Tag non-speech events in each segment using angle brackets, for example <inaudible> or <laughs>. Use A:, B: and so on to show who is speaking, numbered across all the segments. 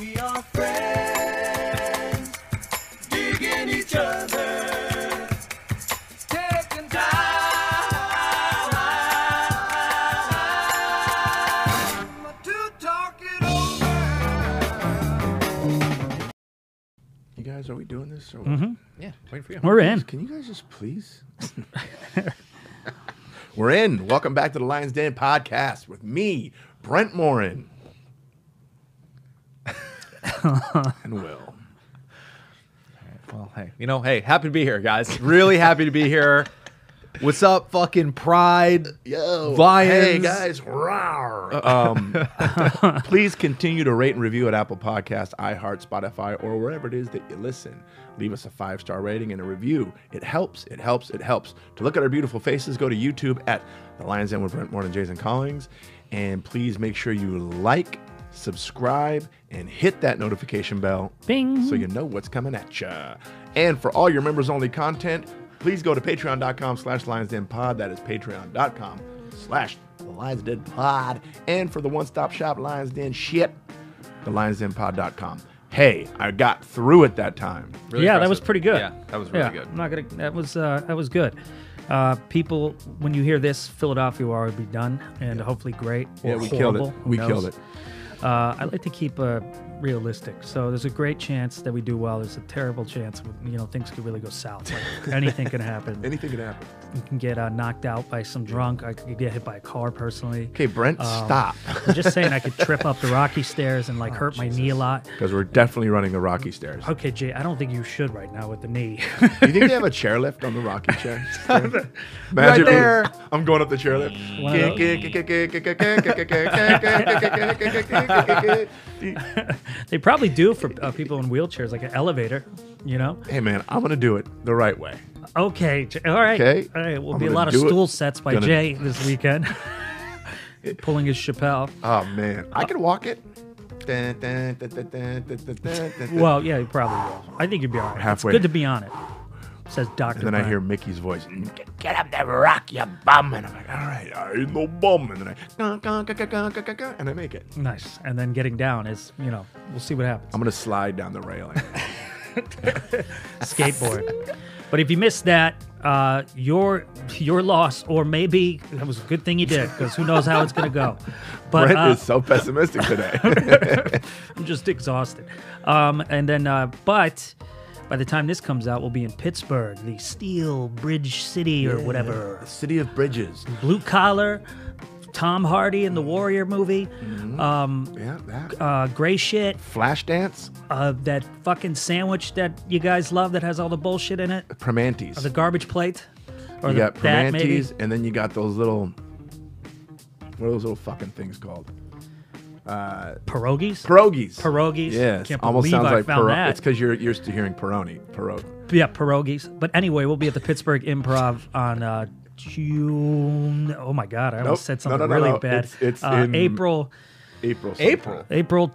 A: We are friends, digging each other, taking time to talk it over.
B: You guys, are we doing this? Or
C: Yeah, waiting for you.
D: Mm-hmm. We're in.
B: Can you guys just please? <laughs> We're in. Welcome back to the Lions Den podcast with me, Brent
D: <laughs>
B: Morin. and Will.
C: Well, hey, you know, hey, happy to be here, guys. Really happy to be here. What's up, fucking Pride?
B: Yo.
C: Lions.
B: Hey, guys. Rawr. Um, <laughs> please continue to rate and review at Apple Podcasts, iHeart, Spotify, or wherever it is that you listen. Leave us a five star rating and a review. It helps. It helps. It helps. To look at our beautiful faces, go to YouTube at The Lions Den with Brent Moore and Jason Collins. And please make sure you like, subscribe, and hit that notification bell
D: Bing.
B: so you know what's coming at ya. And for all your members only content, please go to patreon.com slash lions den pod. That is patreon.com slash the lions den pod. And for the one stop shop lions den shit, the lions den pod.com. Hey, I got through it that time.
C: Really
D: yeah, that was
C: impressive.
D: pretty good.
C: Yeah, that was really
D: Yeah,
C: good.
D: I'm not gonna. That was uh, that was good. Uh, people, when you hear this, Philadelphia will already be done and hopefully great. Or
B: Yeah, we killed it.
D: horrible. Who
B: We
D: knows?
B: killed it.
D: Uh, I like to keep uh, realistic. So there's a great chance that we do well. There's a terrible chance, you know, things could really go south. Like,
B: <laughs>
D: anything can happen.
B: Anything can happen.
D: You can get uh, knocked out by some drunk. I could get hit by a car personally.
B: Okay, Brent,
D: Um,
B: stop. <laughs>
D: I'm just saying I could trip up the rocky stairs and like
B: Oh,
D: hurt my knee a lot.
B: Because we're definitely running the Rocky stairs.
D: Okay, Jay, I don't think you should right now with the knee.
B: Do <laughs> you think they have a chairlift on the Rocky
D: <laughs>
B: chair? Imagine me-
C: there.
B: I'm going up the chairlift.
D: One of they probably do for uh, people in wheelchairs, like an elevator, you know?
B: hey man, I'm gonna do it the right way.
D: Okay, Jay, all right.
B: Okay,
D: All right, will
B: I'm
D: be a
B: gonna
D: lot of
B: do it.
D: stool sets by
B: Gonna-
D: Jay this weekend. <laughs> Pulling his Chappelle.
B: Oh man,
D: Uh,
B: I can walk it. Dun, dun, dun, dun, dun, dun, dun,
D: <laughs>
B: dun, dun.
D: Well, yeah, you probably will. I think you'd be all right.
B: Halfway.
D: It's good to be on it, says Dr.
B: And then I
D: Brian.
B: hear Mickey's voice. "Mm, "Get- Get up there, rock, you bum. And I'm like, all right, I ain't no bum. And then I, "Gun, gun, gun, gun, gun, gun, gun," and I make it.
D: Nice. And then getting down is, you know, we'll see
B: <laughs>
D: what happens.
B: I'm gonna slide down the railing.
D: skateboard. but if you missed that, uh, your your loss, or maybe that was a good thing you did because who knows how it's going to go. <laughs> But
B: Brent
D: uh,
B: is so pessimistic
D: <laughs>
B: today. <laughs>
D: I'm just exhausted. Um, and then, uh, but by the time this comes out, we'll be in Pittsburgh, the Steel Bridge City or whatever,
B: City of Bridges.
D: blue collar. Tom Hardy in the Warrior movie,
B: Mm-hmm.
D: um,
B: Yeah, that.
D: uh, Gray Shit,
B: Flashdance,
D: uh, that fucking sandwich that you guys love that has all the bullshit in it,
B: Primantes.
D: the garbage plate, or
B: You
D: the-
B: got
D: that maybe.
B: Primantes, and then you got those little. What are those little fucking things called?
D: pierogies.
B: Pierogies.
D: Pierogies.
B: Yes.
D: Can't
B: Almost
D: believe
B: sounds
D: I
B: like
D: found
B: pierog-
D: that.
B: It's because you're used to hearing Peroni. Pierog.
D: yeah, pierogies. But anyway, we'll be at the Pittsburgh Improv on uh, June. Oh my God, I almost
B: Nope.
D: said
B: No, no,
D: something
B: no,
D: really
B: no.
D: bad.
B: It's- it's
D: uh,
B: in-
D: April.
B: April. sometime.
C: April.
D: April.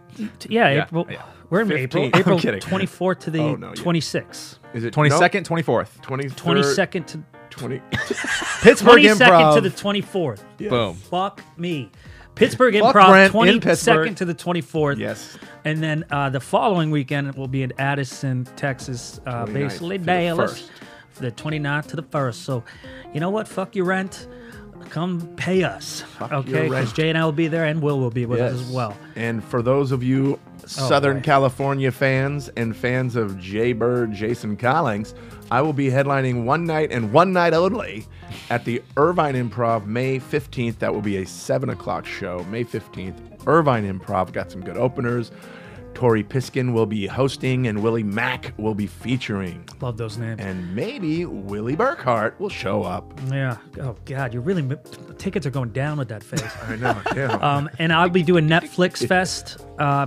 D: Yeah,
C: Yeah,
D: April.
C: yeah.
D: We're in
C: 15. I'm
D: April. April
C: kidding.
D: 24th to the
B: Oh, no, yeah.
D: 26th.
B: Is it
C: Twenty second, twenty fourth.
B: Twenty
D: 22nd to
B: Twenty.
C: Pittsburgh
D: 22nd
C: Improv.
D: to the 24th.
C: Boom.
D: Fuck me. Pittsburgh
C: Fuck
D: Improv,
C: Brent in
D: 22nd
C: Pittsburgh.
D: to the 24th.
B: Yes.
D: And then uh, the following weekend will be in Addison, Texas, uh,
B: 29th
D: basically
B: to the
D: Dallas,
B: first.
D: the 29th to the 1st. So, you know what? Fuck your rent. Come pay us.
B: your
D: okay? Because
B: rent.
D: Jay and I will be there and Will will be with us
B: Yes.
D: as well. Oh,
B: And for those of you Southern
D: boy.
B: California fans and fans of Jay Bird, Jason Collins, I will be headlining one night and one night only at the Irvine Improv May 15th. That will be a 7 o'clock show, May 15th. Irvine Improv got some good openers. Tori Piskin will be hosting, and Willie Mack will be featuring.
D: Love those names.
B: And maybe Willie Burkhart will show up.
D: yeah. Oh, God. You're really. Tickets are going down with that face. <laughs>
B: I know, yeah.
D: Um, and I'll be doing Netflix Fest, uh,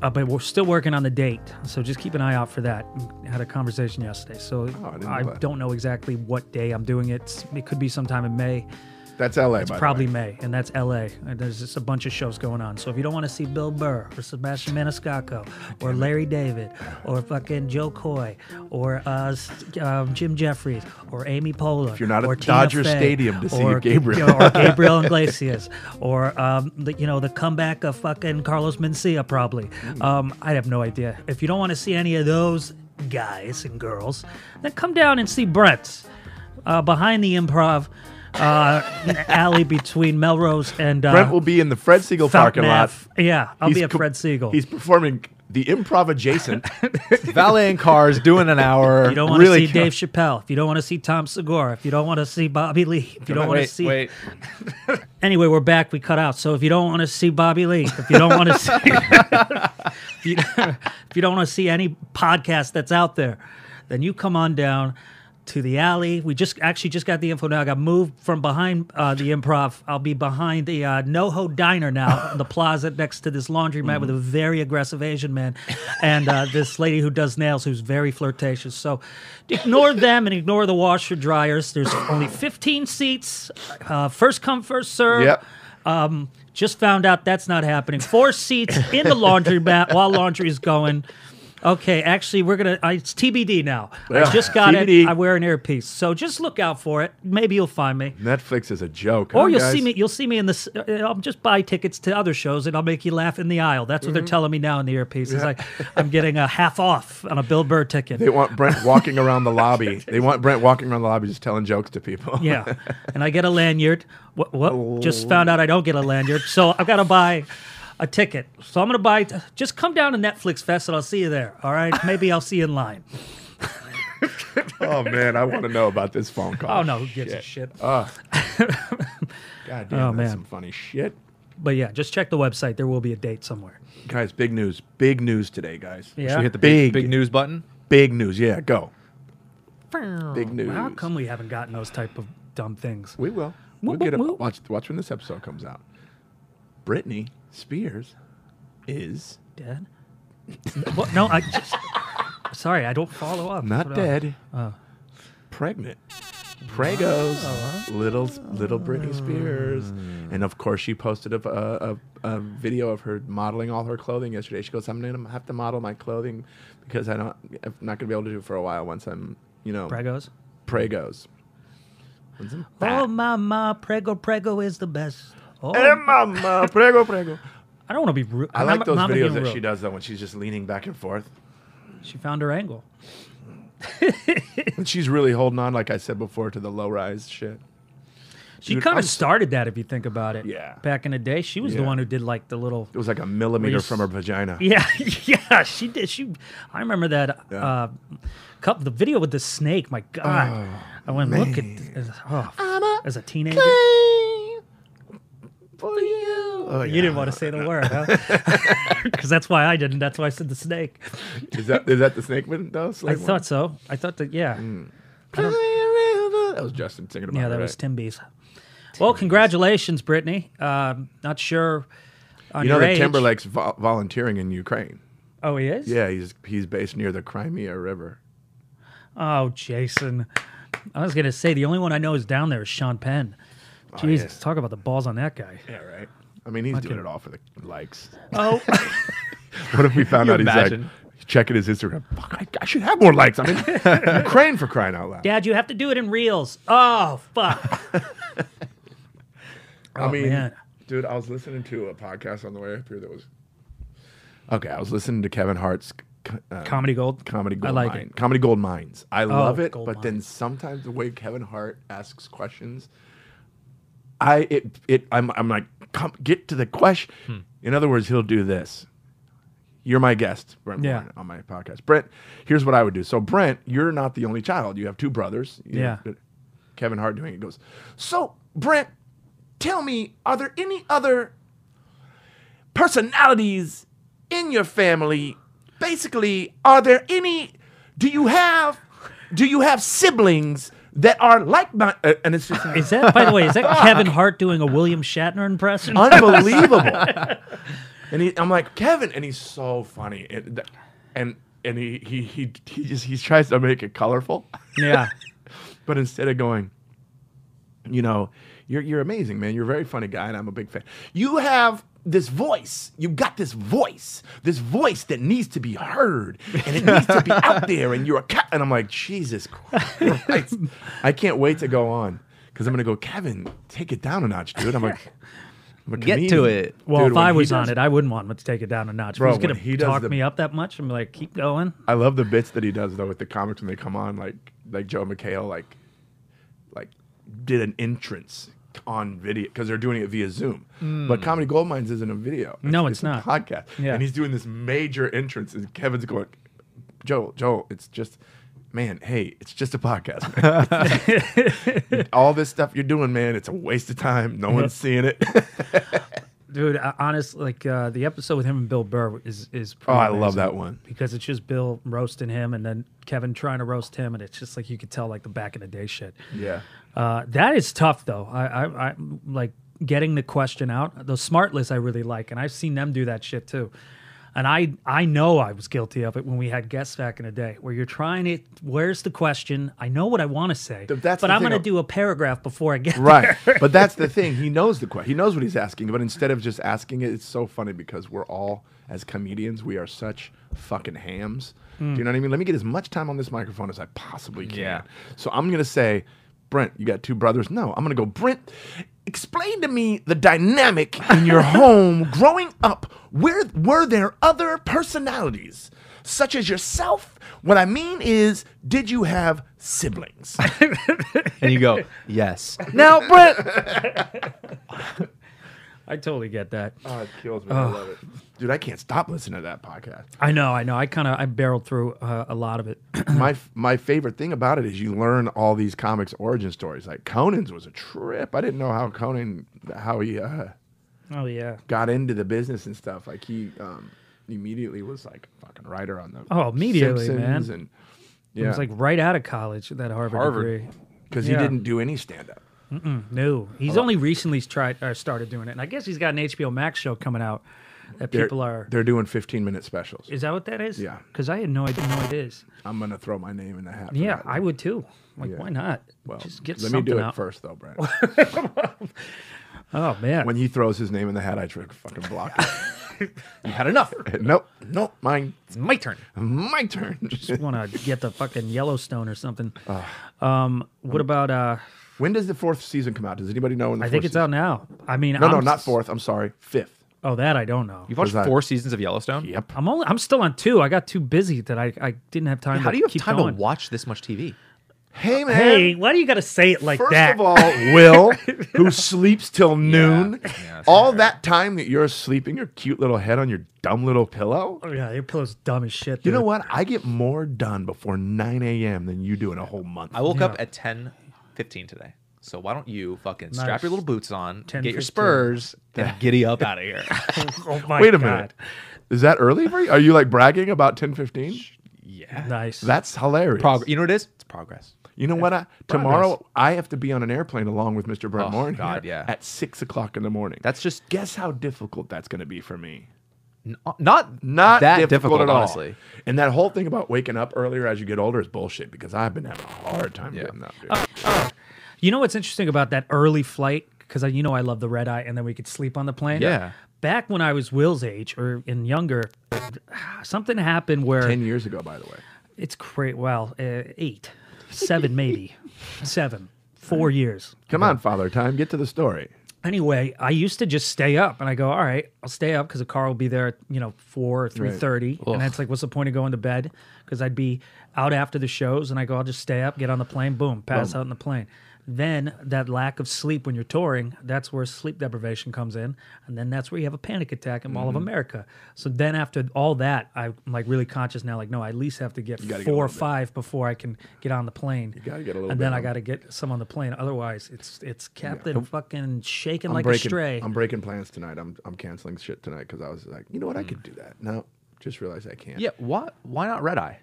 D: uh, but we're still working on the date. So just keep an eye out for that. I had a conversation yesterday, so
B: Oh, I didn't know
D: I
B: that.
D: don't know exactly what day I'm doing it. It could be sometime in May.
B: <laughs> That's LA. by the
D: Probably
B: way.
D: May, and that's LA. And there's just a bunch of shows going on. So if you don't want to see Bill Burr or Sebastian Maniscalco or Larry David or fucking Joe Coy or uh, s- um, Jim Jeffries or Amy Poehler, if
B: you're not at
D: or
B: Dodger
D: Tina Fey
B: Stadium to see
D: or,
B: Gabriel. <laughs>
D: or Gabriel Iglesias or um, the, you know the comeback of fucking Carlos Mencia, probably.
B: Mm.
D: Um, I have no idea. If you don't want to see any of those guys and girls, then come down and see Brent uh, behind the improv
B: <laughs>
D: uh, alley between Melrose and uh,
B: Brent will be in the Fred Siegel parking
D: Fountain
B: lot.
D: Ave. Yeah, I'll
B: He's
D: be a
B: co-
D: Fred Siegel.
B: He's performing the improv
D: <laughs>
B: adjacent.
C: Valeting cars, doing an hour.
D: If <laughs> you don't want to
C: really
D: see
C: ca-
D: Dave Chappelle, if you don't want to see Tom Segura, if you don't want to see Bobby Lee, if you don't want to
C: Wait,
D: see
C: wait.
D: anyway, we're back. We cut out. So if you don't want to see Bobby Lee, if you don't
B: <laughs>
D: want to see, if you, <laughs> if you don't want to see any podcast that's out there, then you come on down to the alley. We just actually just got the info now. I got moved from behind uh, the improv. I'll be behind the uh, NoHo Diner now, <laughs> in the plaza next to this laundromat with a very aggressive Asian man and uh, this lady who does nails who's very flirtatious. So ignore them and ignore the washer dryers. There's only 15 seats. Uh, first come, first serve.
B: Yep.
D: Um, just found out that's not happening. Four seats in
B: <laughs>
D: the laundromat while laundry is going. Okay, actually, we're gonna. I, it's TBD now.
B: Yeah,
D: I just got
B: TBD.
D: it. I wear an earpiece, so just look out for it. Maybe you'll find me,
B: Netflix is a joke.
D: or
B: huh,
D: you'll
B: guys?
D: see me. You'll see me in this. uh, I'll just buy tickets to other shows, and I'll make you laugh in the aisle. That's what
B: Mm-hmm.
D: they're telling me now in the earpiece. It's like I'm getting a half off on a Bill Burr ticket.
B: They want Brent
D: <laughs>
B: walking around the lobby. They want Brent walking around the lobby just telling jokes to people. <laughs>
D: Yeah, and I get a lanyard. What? what? Just found out I don't get a lanyard, so I've got to buy a ticket. So I'm gonna buy. Just come down to Netflix Fest, and I'll see you there. All right? Maybe I'll see you in line.
B: oh man, I want to know about this phone call.
D: Oh no, who gives a shit?
B: God damn,
D: Oh,
B: that's
D: man.
B: some funny shit.
D: but yeah, just check the website. There will be a date somewhere.
B: Guys, big news. Big news today, guys.
D: Yeah.
C: Should we hit the
B: Big.
C: big, big news button?
B: Big news. Yeah, go. Big news.
D: How come we haven't gotten those type of dumb things?
B: We will. We'll
D: Whoop,
B: get a,
D: whoop, whoop.
B: watch watch when this episode comes out. Britney Spears is
D: Dead? what? No, I just. Sorry, I don't follow up.
B: not
D: That's what Oh. I-
B: dead. Pregnant. Pregos,
D: Oh,
B: little little Britney Spears, and of course she posted a, a, a, a video of her modeling all her clothing yesterday. She goes, "I'm gonna have to model my clothing because I don't, I'm not gonna be able to do it for a while once I'm, you know,
D: Pregos.
B: pregos." Once I'm
D: Oh mama, prego prego is the best. Oh,
B: Eh, mama, prego, prego.
D: I don't want to be rude.
B: I like
D: Mama-
B: those
D: Mama
B: videos
D: being
B: that
D: rude.
B: she does though when she's just leaning back and forth.
D: She found her angle.
B: And she's really holding on, like I said before, to the low rise shit.
D: She
B: Dude,
D: kind
B: I'm
D: of
B: s-
D: started that, if you think about it.
B: Yeah.
D: Back in the day, she was the
B: Yeah.
D: one who did like the little.
B: It was like a millimeter
D: Reese.
B: from her vagina.
D: <laughs> Yeah, <laughs> yeah, she did. She, I remember that. Uh, cup the video with the snake. My God,
B: Oh,
D: I went look at th- as, oh, as a teenager.
B: For you. Oh,
D: You didn't want to say the word, huh?
B: <laughs>
D: Because that's why I didn't. That's why I said the snake.
B: to. Is that is that the snake one though?
D: I thought so. I thought that. Yeah,
B: Mm, That was Justin singing about
D: yeah,
B: it,
D: that was
B: right?
D: Tim B's. Well, congratulations, Brittany. Um, not sure. On
B: You know
D: your
B: that
D: age.
B: Timberlake's vo- volunteering in Ukraine.
D: Oh, he is.
B: Yeah, he's he's based near the Crimea River.
D: Oh, Jason. I was gonna say the only one I know is down there is Sean Penn.
B: Oh,
D: Jesus, talk about the balls on that guy.
B: Yeah, right. I mean, he's doing it all for the likes.
D: Oh,
B: What if we found
C: You
B: out
C: imagine?
B: he's like checking his Instagram? Fuck, I, I should have more likes.
D: <laughs>
B: I'm in Ukraine for crying out loud.
D: <laughs> Dad, you have to do it in reels. Oh,
B: <laughs>
D: fuck. Oh,
B: I mean,
D: man.
B: dude, I was listening to a podcast on the way up here that was. Okay, I was listening to Kevin Hart's c- uh,
D: Comedy Gold.
B: Comedy Gold
D: I like
B: Mine.
D: it. Oh,
B: Comedy Gold Mines. I love it,
D: Gold
B: but then sometimes the way Kevin Hart asks questions, I it it I'm I'm like come get to the question.
D: Hmm.
B: In other words, he'll do this. You're my guest, Brent,
D: Yeah.
B: Warren, on my podcast. Brent, here's what I would do. So, Brent, you're not the only child. You have two brothers. You
D: Yeah.
B: know, Kevin Hart doing it goes. So, Brent, tell me, are there any other personalities in your family? Basically, are there any? Do you have? Do you have siblings that are like my? uh, and it's just
D: Is that, by the way,
B: <laughs>
D: is that Kevin Hart doing a William Shatner impression?
B: unbelievable. and he, I'm like Kevin, and he's so funny, and th- and and he he he he just he tries to make it colorful,
D: <laughs> yeah.
B: but instead of going, you know, You're you're amazing, man. You're a very funny guy, and I'm a big fan. You have this voice. You got this voice. This voice that needs to be heard, and it needs to be out there. And you're a cat. And I'm like, Jesus Christ! I can't wait to go on because I'm gonna go, Kevin. Take it down a notch, dude. I'm like. I'm a
C: Get to
B: comedian."
C: it.
D: Well,
B: Dude,
D: if I
B: when he
D: was on
B: does-
D: it, I wouldn't want him to take it down a notch.
B: Bro,
D: if he's
B: when
D: gonna
B: he does
D: talk
B: the-
D: me up that much, I'm like, keep going.
B: I love the bits that he does though with the comics when they come on, like like Joe McHale, like like did an entrance on video because they're doing it via Zoom. But Comedy Gold Mines isn't a video.
D: Hmm. No, it's not.
B: A podcast.
D: Yeah.
B: And he's doing this major entrance, and Kevin's going, Joe, Joe, it's just. Man, hey, it's just a podcast. man."
D: <laughs>
B: All this stuff you're doing, man, it's a waste of time. No one's seeing it.
D: <laughs> Dude, I, honest, like uh, the episode with him and Bill Burr is is.
B: oh,
D: pretty
B: I love
D: amazing.
B: that one.
D: because it's just Bill roasting him and then Kevin trying to roast him, and it's just like you could tell like the back in the day shit.
B: Yeah.
D: Uh, that is tough though. I, I, I like getting the question out. Those smart lists I really like, and I've seen them do that shit too. And I, I know I was guilty of it when we had guests back in the day, where you're trying to, where's the question? I know what I want to say,
B: Th- that's
D: but
B: the
D: I'm
B: thing.
D: going to do a paragraph before I
B: <laughs>
D: get
B: Right. but that's the thing. He knows the question. He knows what he's asking. But instead of just asking it, it's so funny because we're all, as comedians, we are such fucking hams. Do you know what I mean? Let me get as much time on this microphone as I possibly can.
C: Yeah.
B: So I'm going to say, Brent, you got two brothers? No, I'm going to go, Brent, explain to me the dynamic in your home growing up. Where were there other personalities? Such as yourself. What I mean is, did you have siblings?
C: and you go, <laughs> yes.
B: now, Brent,
D: <laughs> I totally get that.
B: Oh, it kills me. I love it. Dude, I can't stop listening to that podcast. <clears throat>
D: I know, I know. I kind of, I barreled through uh, a lot of it. <clears throat>
B: my f- my favorite thing about it is you learn all these comics origin stories. Like Conan's was a trip. I didn't know how Conan how he uh,
D: oh, yeah.
B: got into the business and stuff. Like he um, immediately was like a fucking writer on the
D: Oh, immediately,
B: Simpsons
D: man.
B: and
D: It
B: yeah,
D: was like right out of college, that Harvard,
C: Harvard.
D: degree.
B: because
D: yeah.
B: he didn't do any stand up.
D: No, he's only recently tried or started doing it, and I guess he's got an HBO Max show coming out that people are.
B: they're doing fifteen minute specials.
D: Is that what that is?
B: Yeah.
D: because I had no idea what it is.
B: I'm gonna throw my name in the hat. for
D: Yeah,
B: that one.
D: I would too. Like,
B: Yeah.
D: why not?
B: well,
D: just get
B: let me
D: something
B: do it
D: out.
B: first though,
D: <laughs>
B: Brent.
D: Oh man,
B: when he throws his name in the hat, I try to fucking block it.
C: You had enough.
B: nope, nope, mine,
C: <laughs> It's my turn.
B: my turn. <laughs>
D: <laughs> just want to get the fucking Yellowstone or something. um, what about? uh
B: when does the fourth season come out? Does anybody know? When the
D: I think
B: fourth
D: it's out
B: season-
D: now. I mean,
B: No,
D: I'm
B: no, not
D: s-
B: fourth. I'm sorry, fifth.
D: Oh, that I don't know.
C: You've watched
B: Was I-
C: four seasons of Yellowstone?
B: Yep.
D: I'm only. I'm still on two. I got too busy that I, I didn't have time.
C: How
D: to
C: do you have
D: keep
C: time
D: going.
C: to watch this much TV?
B: Hey man.
D: Hey, why do you got to say it like
B: First
D: that?
B: of all, Will, who sleeps till noon,
C: Yeah, that's
B: all that time that you're sleeping your cute little head on your dumb little pillow.
D: Oh, yeah, your pillow's dumb as shit.
B: You know
D: dude.
B: what? I get more done before 9 a.m. than you do in a whole month.
C: I woke up at ten fifteen today. So why don't you fucking
D: Nice.
C: strap your little boots on,
D: 10,
C: get your
D: 15.
C: Spurs, and giddy <laughs> up out of
D: <laughs>
C: here.
D: Oh my
B: Wait a
D: God.
B: minute. Is that early for you? Are you like bragging about 10:15?
C: yeah.
D: Nice.
B: That's hilarious.
C: Prog- you know what it is? It's progress.
B: You know what? I, tomorrow I have to be on an airplane along with Mr. Brett
C: Oh,
B: Morin
C: God,
B: here
C: yeah.
B: at six o'clock in the morning.
C: That's just
B: guess how difficult that's going to be for me.
C: n- uh, not
B: Not
C: that
B: difficult, at all.
C: honestly.
B: And that whole thing about waking up earlier as you get older is bullshit because I've been having a hard time
C: Yeah.
B: getting up. dude.
D: You know what's interesting about that early flight? Because you know I love the red eye, and then we could sleep on the plane.
C: Yeah.
D: Back when I was Will's age or in younger, something happened where
B: Ten years ago, by the way.
D: it's great. Well, uh, eight, seven, maybe
B: <laughs>
D: seven, four years.
B: Come on, Father Time, get to the story.
D: Anyway, I used to just stay up, and I go, all right, I'll stay up because the car will be there, at, you know, four or three thirty, and it's like, what's the point of going to bed? Because I'd be out after the shows, and I go, I'll just stay up, get on the plane, boom, pass out in the plane. Then that lack of sleep when you're touring, that's where sleep deprivation comes in, and then that's where you have a panic attack in
B: Mm-hmm.
D: Mall of America. So then after all that, I'm like really conscious now, like no, I at least have to get
B: gotta get a
D: four
B: little
D: or
B: bit.
D: five before I can get on the plane. You
B: gotta get a little
D: and
B: bit
D: then I
B: on.
D: got to get some on the plane. Otherwise, it's it's Captain fucking shaking
B: I'm
D: like
B: breaking,
D: a stray.
B: I'm breaking plans tonight. I'm I'm canceling shit tonight because I was like, you know what? I could do that. No, just realized I can't.
C: Hmm. Yeah, why why not red eye?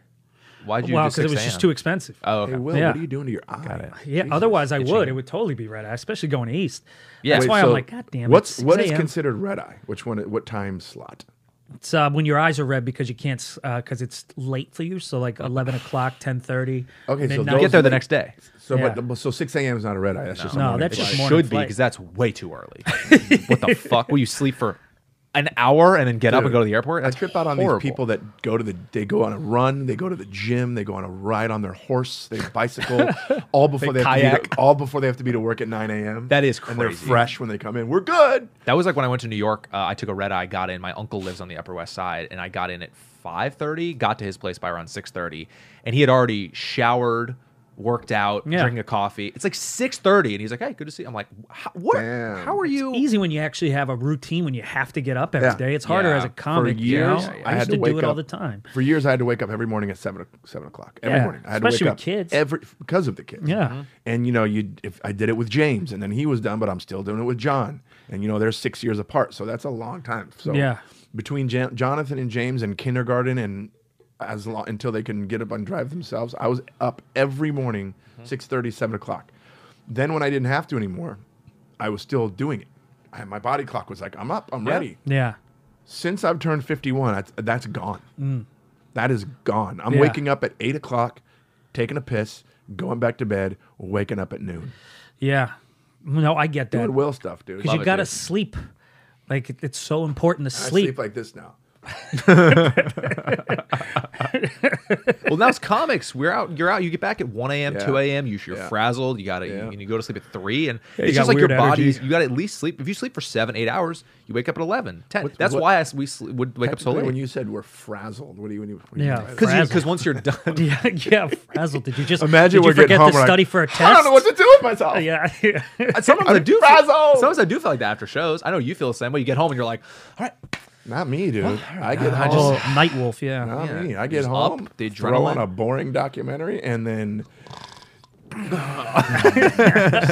C: Why'd you
D: well,
C: do
D: because it
C: 6
D: was just
C: a.m.?
D: too expensive.
C: Oh,
B: Hey
C: okay.
B: Will,
D: Yeah.
B: what are you doing to your eye?
D: yeah, otherwise I would. It would totally be red eye, especially going east.
C: Yeah.
D: that's
C: Wait,
D: why
B: So
D: I'm like, God damn it.
B: What's
D: 6
B: what is
D: a.m.?
B: considered red eye? Which one? What time slot?
D: It's uh, when your eyes are red because you can't because it's late for you. So like eleven o'clock, ten thirty.
B: Okay, so
D: midnight.
B: those-
C: Get there the next day.
B: So,
D: Yeah.
B: but, so 6 a.m. is not a red eye. That's just a
D: No,
B: morning
D: that's
B: flight.
D: just
C: It
D: morning
C: should be
D: flight.
C: because that's way too early.
D: <laughs>
C: what the fuck? Will you sleep for an hour and then get up and go to the airport?
B: I
C: That's
B: trip out on
C: horrible.
B: these people that go to the they go on a run, they go to the gym, they go on a ride on their horse, they
C: <laughs>
B: bicycle, all before they,
C: They
B: have To be
C: kayak.
B: to, all before they have to be to work at 9 a.m.
C: That is
B: And they're
C: crazy.
B: fresh when they come in. We're good.
C: That was like when I went to New York. Uh, I took a red eye, got in. My uncle lives on the Upper West Side, and I got in at five thirty. Got to his place by around six thirty, and he had already showered, worked out,
D: Yeah.
C: drinking a coffee. It's like six thirty, and he's like, "Hey, good to see." you." I'm like, "How- "What?
B: Damn.
C: How are you?"
D: Easy when you actually have a routine when you have to get up every
B: Yeah.
D: day. It's harder
C: Yeah.
D: as a
C: For
D: comic.
B: For
D: you know?
B: years,
D: I, used to, do it all the time.
B: For years, I had to wake up every morning at seven o- seven o'clock every
D: Yeah,
B: morning. I had
D: especially
B: to wake
D: with
B: up
D: kids.
B: every because of the kids.
D: Yeah. Mhm.
B: and you know, you if I did it with James, and then he was done, but I'm still doing it with John, and you know, they're six years apart, so that's a long time. So
D: Yeah.
B: between Jan- Jonathan and James and kindergarten and as long until they can get up and drive themselves, I was up every morning, six thirty, seven o'clock. Then when I didn't have to anymore, I was still doing it. I, my body clock was like, I'm up, I'm ready
D: Yeah.
B: since I've turned 51, that's, that's gone. That is gone. I'm
D: Mm. Yeah.
B: waking up at eight o'clock, taking a piss, going back to bed, waking up at noon.
D: Yeah. No, I get that.
B: Doing will stuff, dude.
D: Because
B: I
D: you got to sleep. Like it- it's so important to
B: sleep.
D: <laughs> sleep.
B: like this now.
C: well, now it's comics. We're out. You're out. You get back at one a.m.,
B: Yeah.
C: two a.m. You, you're
B: Yeah.
C: frazzled. You gotta.
B: Yeah.
C: You, you go to sleep at three, and
D: you
C: it's
D: got
C: just like your
D: weird
C: body's.
D: energy.
C: You gotta at least sleep. If you sleep for seven, eight hours, you wake up at 11, 10.
B: What-
C: That's
B: what-
C: why I, s- we sl- would wake up so late.
B: When you said we're frazzled, what do you, when you, what do you
D: Yeah.
B: mean by that?
C: because
D: Frazzled.
C: because once you're done,
D: yeah, yeah. Frazzled. Did you just
B: Imagine
D: did
B: we're
D: you forget
B: getting home.
D: to
B: we're like,
D: study for a
B: <laughs>
D: test?
B: I don't know what to do with myself.
D: <laughs> Yeah.
C: sometimes
B: I'm
C: I do.
B: frazzled.
C: Feel, sometimes I do feel like that after shows. I know you feel the same way. You get home and you're like, all right,
B: Not me, dude. <laughs> I get
D: I
B: home.
D: just Oh, night wolf. Yeah.
B: not
C: yeah,
B: me. I get
C: just
B: home,
C: up, the
B: throw on
C: adrenaline.
B: a boring documentary, and
D: <laughs>
B: then <laughs>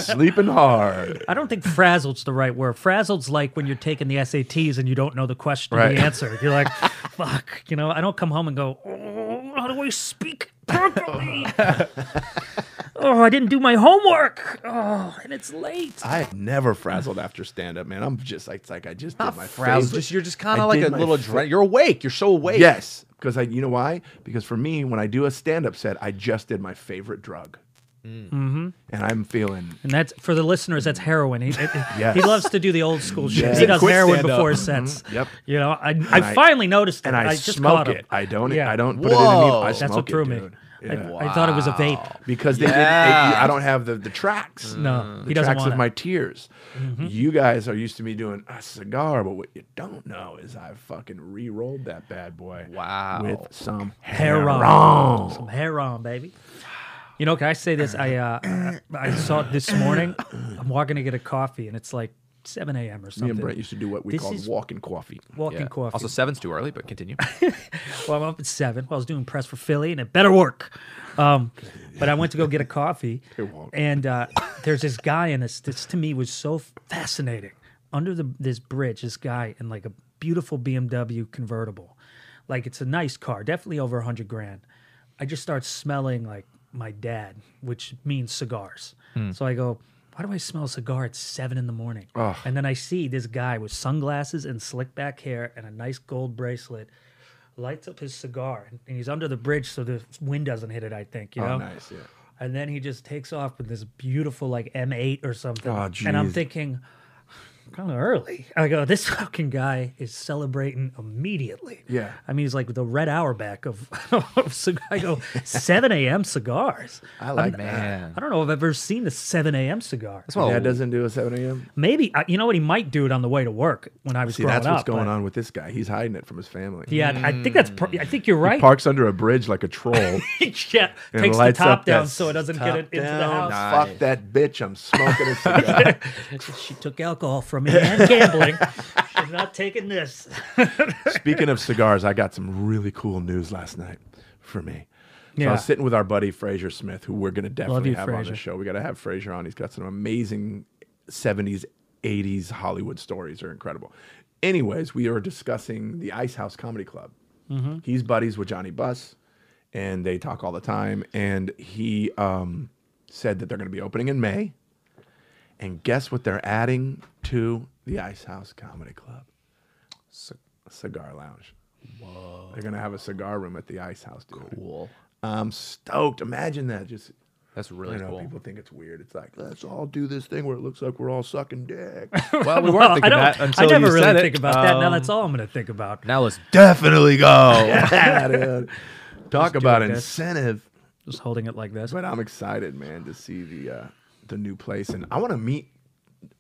B: sleeping hard.
D: I don't think frazzled's the right word. Frazzled's like when you're taking the SATs and you don't know the question or
B: Right.
D: the answer.
B: <laughs>
D: You're like, fuck, you know, I don't come home and go, oh, how do I speak
B: <laughs>
D: properly? oh, I didn't do my homework. Oh, and it's late.
B: I have never frazzled after stand up, man. I'm just like, it's like I just did my
C: frazzled.
B: favorite-
C: Just you're just kind
B: I
C: of like
B: did
C: a
B: my
C: little
B: fa-
C: adrenaline. You're awake. You're so awake.
B: Yes, because I, you know why? Because for me, when I do a stand up set, I just did my favorite drug, mm-hmm. and I'm feeling
D: And that's for the listeners. That's heroin.
B: <laughs>
D: He, it- it-
B: Mm. Yes.
D: he loves to do the old school shit.
B: Yes.
D: He does
C: Quit
D: heroin
C: stand-up.
D: before his sets.
B: Mm-hmm. Yep.
D: You know, I, I,
B: I-
D: finally noticed it.
B: and I,
D: just
B: smoke
D: caught him.
B: it. I don't.
D: Yeah.
B: I don't put it in. Any,
C: Whoa.
B: I
C: That's
B: smoke
D: That's what threw
B: it,
D: me.
B: dude.
D: I,
B: Yeah.
D: I thought it was a vape.
B: because they didn't. It,
C: Yeah.
B: I don't have the the tracks.
D: No,
B: the
D: he doesn't Mm-hmm.
B: tracks
D: want
B: of
D: it.
B: my tears. You guys are used to me doing a cigar, but what you don't know is I fucking re-rolled that bad boy.
C: Wow.
B: with some
D: Heron.
B: Heron.
D: Some Heron, baby. You know, can I say this? I uh, I saw it this morning. I'm walking to get a coffee, and it's like 7 a.m. or
B: Me
D: something.
B: and Brent used to do what we
D: This
B: called
D: is-
B: walking coffee.
D: walking
C: Yeah.
D: coffee.
C: Also, seven's too early,
B: <laughs>
C: but continue.
D: Well, I'm up at seven. Well, I was doing press for Philly, and it better work. Um, but I went to go get a coffee,
B: <laughs> It won't.
D: and uh, there's this guy, and this this to me was so fascinating. Under the this bridge, this guy in like a beautiful BMW convertible, like it's a nice car, definitely over a hundred grand. I just start smelling like my dad, which means cigars.
B: Hmm.
D: So I go. Why do I smell a cigar at seven in the morning? And then I see this guy with sunglasses and slick back hair and a nice gold bracelet lights up his cigar and he's under the bridge so the wind doesn't hit it i think you know
B: Oh, nice. Yeah.
D: and then he just takes off with this beautiful like m8 or something
B: Oh,
D: and i'm
B: jeez.
D: thinking kind of early i go this fucking guy is celebrating immediately
B: Yeah.
D: i mean he's like the red hour back of, <laughs> of cigar i go 7 a.m cigars
B: I like
C: Man,
D: i don't know if i've ever seen a 7 a.m cigar
C: Oh.
B: Dad doesn't do a 7 a.m.
D: maybe I- you know what he might do it on the way to work when i was
B: See,
D: growing
B: that's what's
D: up,
B: going
D: but-
B: on with this guy. He's hiding it from his family.
D: yeah i think that's pro- i think you're right
B: Parks under a bridge like a
D: <laughs>
B: troll.
D: yeah,
B: and
D: takes the
B: lights
D: top
B: up
D: down
B: that
D: so it doesn't get it into the
B: down.
D: house.
B: Fuck that bitch. I'm smoking a
D: <laughs>
B: cigar.
D: She took alcohol from me and <laughs> gambling. I'm not taking this.
B: Speaking of cigars, I got some really cool news last night for me. So I
D: Yeah.
B: was sitting with our buddy Fraser Smith, who we're going to definitely
D: you,
B: have on
D: Fraser.
B: the show. We got to have Fraser on. He's got some amazing 70s, 80s Hollywood stories. are incredible. Anyways, we are discussing the Ice House Comedy Club.
D: Mm-hmm.
B: He's buddies with Johnny Buss, and they talk all the time. And he um, said that they're going to be opening in May. And guess what they're adding to the Ice House Comedy Club? Cigar Lounge. Whoa. They're gonna have a cigar room at the Ice House, dude.
C: Cool.
B: I'm stoked. Imagine that. Just
C: That's
B: I
C: really
B: know
C: cool.
B: people think it's weird. It's like let's all do this thing where it looks like we're all sucking dick. <laughs> well, we weren't
D: Well, I
B: thinking
D: don't.
B: that.
D: I
C: until
D: never
C: you
D: really
C: said it.
D: think about that. Now
C: Um,
D: that's all I'm going to think about.
C: Now let's
B: Definitely
C: <laughs>
B: go. yeah, dude. Talk about
D: it, guys.
B: incentive.
D: Just holding it like this.
B: But I'm excited, man, to see the uh, the new place, and I want to meet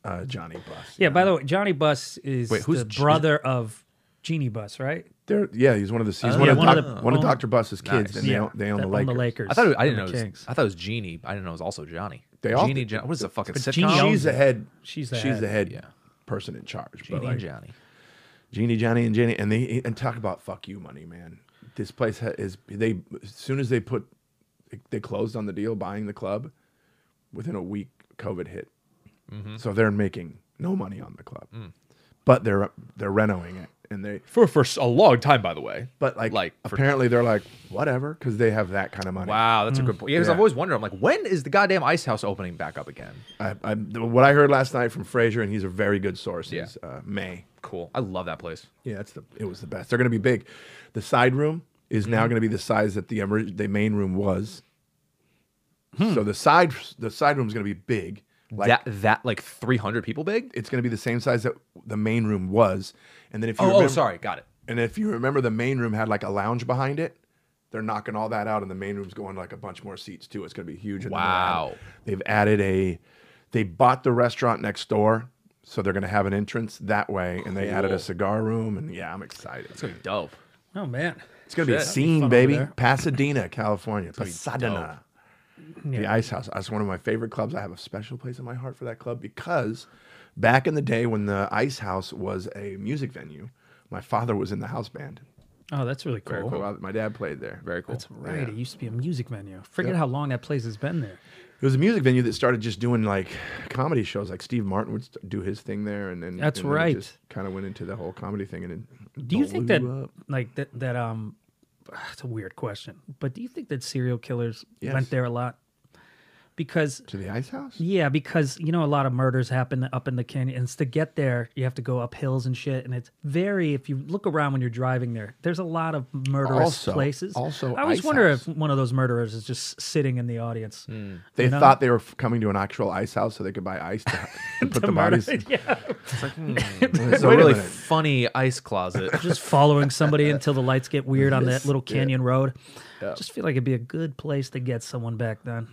B: uh, Johnny Bus.
D: Yeah. By the way, Johnny Bus is
C: Wait, who's
D: the
C: Ge-
D: brother of Genie Bus, right?
B: They're- yeah, he's one of the he's one,
D: Yeah,
B: of
D: one
B: doc-
D: of the-
B: one of
D: own-
B: Doctor Bus's kids,
C: Nice.
B: and
D: yeah.
B: they own, they own
D: that-
B: the Lakers.
C: I thought it, I
D: on
C: didn't know.
D: the
C: It was,
D: Kings.
C: I thought it was Genie. I didn't know it was also Johnny.
B: They all-
C: Genie. John, what is the fucking sitcom?
D: Genie owns
B: She's the head.
D: She's the
B: she's
D: head.
B: the head
C: Yeah.
B: person in charge.
C: Genie
B: but like,
C: and Johnny.
B: Genie, Johnny, and Jenny, and they and talk about fuck you money, man. This place ha- is they as soon as they put they closed on the deal buying the club within a week COVID hit,
C: Mm-hmm.
B: so they're making no money on the club,
C: Mm.
B: but they're they're renoing it and they
C: For for a long time, by the way.
B: but like
C: Like, for-
B: apparently they're like whatever because they have that kind of money.
C: Wow, that's a good point. Yeah, because
B: mm, Yeah.
C: I've always wondered. I'm like, when is the goddamn Ice House opening back up again?
B: I, I, what I heard last night from Frazier, and he's a very good source.
C: Yeah.
B: Is uh, May.
C: Cool. I love that place.
B: Yeah, that's the. It was the best. They're going to be big. The side room is
C: Mm-hmm.
B: now going to be the size that the emer- the main room was.
C: Hmm.
B: So the side the side room is going to be big. Like
C: that that like 300 people big.
B: it's going to be the same size that the main room was. And then if you
C: Oh, oh,
B: remember,
C: sorry, got it.
B: And if you remember, the main room had like a lounge behind it. They're knocking all that out, and the main room's going like a bunch more seats too. It's going to be huge. and then they're adding-
C: Wow.
B: They've added a. They bought the restaurant next door, so they're going to have an entrance that way, and they added a
C: Cool.
B: cigar room. And yeah, I'm excited.
C: It's gonna be dope.
D: Oh man.
B: It's gonna be a
C: Shit.
B: scene,
D: Fun
B: baby.
D: over there.
B: Pasadena, California.
C: be dope.
B: Pasadena. The Ice House. That's one of my favorite clubs. I have a special place in my heart for that club because back in the day when the Ice House was a music venue, my father was in the house band.
D: Oh, that's really cool.
B: Well, My dad played there.
C: Very cool.
D: That's right. It used to be a music venue. Forget how long that place has been there.
B: It was a music venue that started just doing like comedy shows. Like Steve Martin would st- do his thing there, and then
D: That's right.
B: Kind of went into the whole comedy thing. And then
D: Do you think that
B: blew up.
D: like that that um it's a weird question. But do you think that serial killers
B: Yes.
D: went there a lot? Because
B: to the Ice House?
D: yeah, because you know a lot of murders happen up in the canyons. To get there, you have to go up hills and shit, and it's very. If you look around when you're driving there, there's a lot of murderous
B: Also-
D: places.
B: also
D: I always
B: Ice
D: wonder
B: House. Hmm.
D: if one of those murderers is just sitting in the audience.
B: They
D: You know?
B: thought they were f- coming to an actual ice house so they could buy ice to, <laughs> to put
D: <laughs> To
B: the
D: <laughs> murder-
B: bodies.
D: yeah,
B: It's
C: It's a really funny ice
D: <laughs>
C: closet.
D: just following
B: <laughs>
D: somebody until the lights get weird on that little
B: Yeah.
D: canyon road. Just feel like it'd be a good place to get someone back then.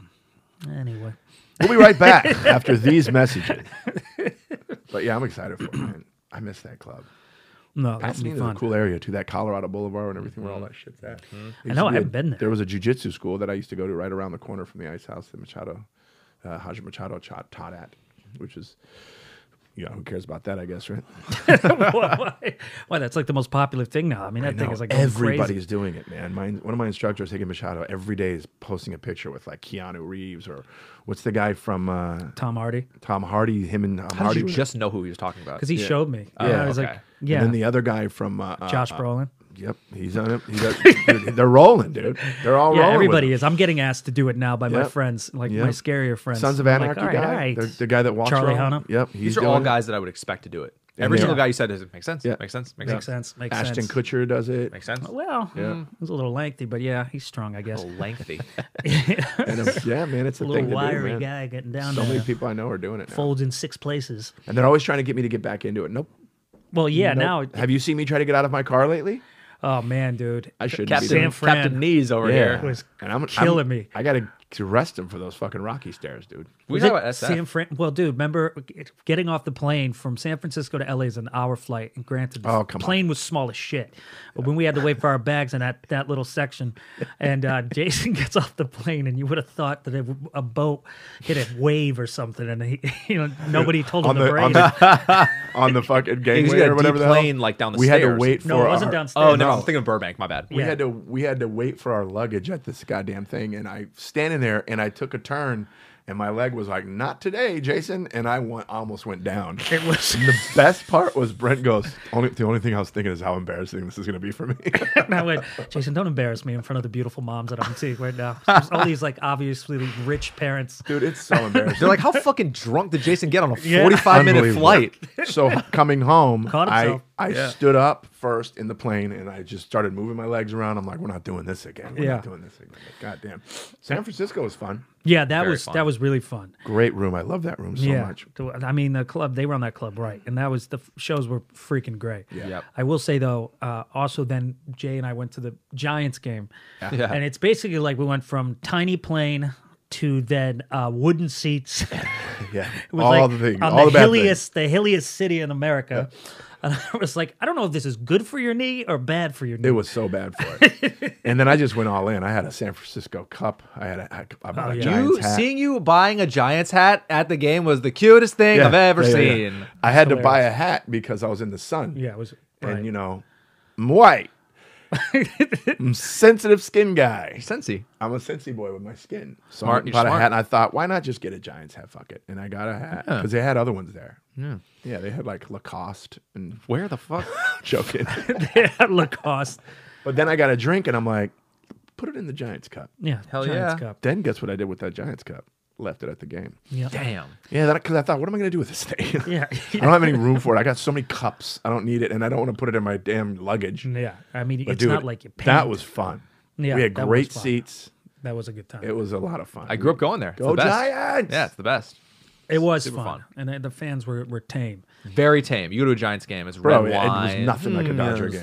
D: Anyway,
B: We'll be right
D: <laughs>
B: back after these messages. But yeah, I'm excited for it, man. I miss that club.
D: no, that'd be
B: Pasadena's a
D: fun.
B: cool area too. That Colorado Boulevard and everything where all that shit's at. I
D: know, I haven't been there.
B: There was a jujitsu school that I used to go to right around the corner from the ice house that Machado, uh, Haji Machado taught, taught at, which is, yeah, who cares about that? I guess, right?
D: <laughs> why, why, That's like the most popular thing now. I mean, that thing
B: No,
D: is like going
B: everybody's
D: crazy.
B: doing it, man. My, one of my instructors, Higgin Machado, every day is posting a picture with like Keanu Reeves or what's the guy from uh,
D: Tom Hardy.
B: Tom Hardy? Him and um,
C: How
B: Hardy.
C: did you just know who he was talking about?
D: because he showed me. Yeah, I was
C: okay.
D: like,
B: And
D: yeah,
B: then the other guy from uh, uh,
D: Josh
B: uh,
D: Brolin.
B: yep, he's on it. He got- <laughs> dude, they're rolling, dude. They're all
D: Yeah,
B: oh, rolling.
D: everybody
B: with
D: is. I'm getting asked to do it now by my
B: Yep.
D: friends, like
B: Yep.
D: my scarier friends.
B: Sons of
D: I'm
B: Anarchy
D: like, all right,
B: guy,
D: all right.
B: the, the guy that walks
D: Charlie
B: around.
D: Hunnam.
B: Yep, he's
C: These are
B: doing
C: all
B: it.
C: guys that I would expect to do it. Every
B: they
C: single
B: are.
C: guy you said does it make sense.
B: Yeah.
C: Makes sense. Makes
D: makes
C: sense.
D: sense. Makes
B: Ashton
D: sense.
B: Kutcher does it,
C: Makes sense.
D: Well,
B: Yeah.
D: mm, it was a little lengthy, but yeah, he's strong, I guess.
C: Lengthy.
B: and
C: <laughs>
B: it's- yeah, man, it's a
D: a little
B: thing to do,
D: wiry
B: man.
D: guy getting down
B: So many
D: there,
B: people I know are doing it now,
D: folds in six places.
B: and they're always trying to get me to get back into it. Nope.
D: Well, yeah.
B: nope.
D: Now, it-
B: have you seen me try to get out of my car lately?
D: oh man, dude,
B: I shouldn't be doing
C: Captain
D: San Fran.
C: Captain Knees over
B: yeah.
C: here.
D: was
B: and I'm
D: killing
B: I'm-
D: me.
B: I gotta arrest him for those fucking rocky stairs, dude.
C: We
D: Was
C: talk
D: it
C: about
D: San
C: SF.
D: Fran. Well, dude, remember it- getting off the plane from San Francisco to LA is an hour flight, and granted, the
B: Oh, come on.
D: plane was small as shit. But when we had to wait for our bags in that that little section,
B: <laughs>
D: and uh, Jason gets off the plane, and you would have thought that it, w- a boat hit a wave or something, and he, <laughs> you know, nobody told him
B: on
D: to
B: the on
D: brake.
B: the, on the
C: <laughs>
B: fucking gangway
C: gotta
B: or whatever the hell.
C: deplane, like, down the
B: we had to
C: stairs.
B: wait for
D: No, it wasn't
B: our,
D: downstairs.
C: Oh, no,
B: No.
C: I'm thinking of Burbank. My bad.
B: We
D: Yeah.
B: had to we had to wait for our luggage at this goddamn thing, and I standing there, and I took a turn, and my leg was like, "Not today, Jason," and I went, almost went down.
D: <laughs> It
B: <laughs>
D: was
B: And the best part was Brent goes, only, the only thing I was thinking is how embarrassing this is going to be for
D: <laughs>
B: me.
D: And I went, Jason, don't embarrass me in front of the beautiful moms that I'm seeing right now. There's all these like obviously rich parents.
B: Dude, it's so embarrassing. <laughs>
C: <laughs> They're like, how fucking drunk did Jason get on a
D: Yeah.
C: 45 minute
B: Unbelievable.
C: flight?
D: <laughs>
B: So coming home,
D: Caught
B: I,
D: himself.
B: I stood up first in the plane and I just started moving my legs around. I'm like, we're not doing this again. We're
D: Yeah.
B: not doing this again. God damn. San Francisco was fun.
D: Yeah, that
C: Very
D: was
C: fun.
D: that was really fun.
B: Great room. I love that room so
D: yeah,
B: much.
D: I mean the club they run that club right, and that was the f- shows were freaking great. Yeah.
C: Yep.
D: I will say though, uh, also then Jay and I went to the Giants game,
C: Yeah.
D: and it's basically like we went from tiny plane to then uh,
B: <laughs>
D: wooden seats.
B: Yeah.
D: It was
B: All
D: like
B: the things.
D: on
B: all the,
D: the,
B: bad things.
D: hilliest, the hilliest city in America. <laughs> And I was like, I don't know if this is good for your knee or bad for your knee.
B: It was so bad for it. and then I just went all in. I had a San Francisco cup. I had a, I bought a
D: yeah.
B: Giants
C: You
B: hat.
C: seeing you buying a Giants hat at the game was the cutest thing I've ever
B: yeah, yeah, yeah.
C: seen.
B: I had to buy a hat because I was in the sun.
D: Yeah, it was.
B: And
D: right. <laughs>
B: you know, I'm white. I'm sensitive skin guy.
C: Sensi.
B: I'm a sensy boy with my skin. So
C: Smart,
B: I
C: you're
B: bought a
C: smart.
B: hat and I thought, why not just get a Giants hat? Fuck it. And I got a hat because they had other ones there. Yeah. Yeah, they had like Lacoste and <laughs>
C: Where the fuck?
B: joking.
D: yeah, Lacoste.
B: but then I got a drink and I'm like, put it in the Giants cup.
D: Yeah,
C: Hell
D: Giants
C: yeah.
D: Cup.
B: Then guess what I did with that Giants cup? Left it at the game.
D: Yeah,
C: Damn.
B: Yeah, because I thought, what am I going to do with this <laughs> thing?
D: yeah,
B: I don't have any room for it. I got so many cups. I don't need it, and I don't want to put it in my damn luggage.
D: yeah. I mean,
B: But
D: it's
B: dude,
D: not like you.
B: that
D: paid.
B: was fun.
D: Yeah,
B: we had
D: that was
B: great
D: fun.
B: seats.
D: that was a good time.
B: It was a lot of fun.
C: I grew up going there. It's
B: Go
C: the best.
B: Giants!
C: Yeah, it's the best.
D: It was
C: super
D: fun. and uh, the fans were were tame.
C: Very tame. You go to a Giants game, it's
B: Bro,
C: red
B: yeah, it was
C: wine.
B: nothing like a Dodger game.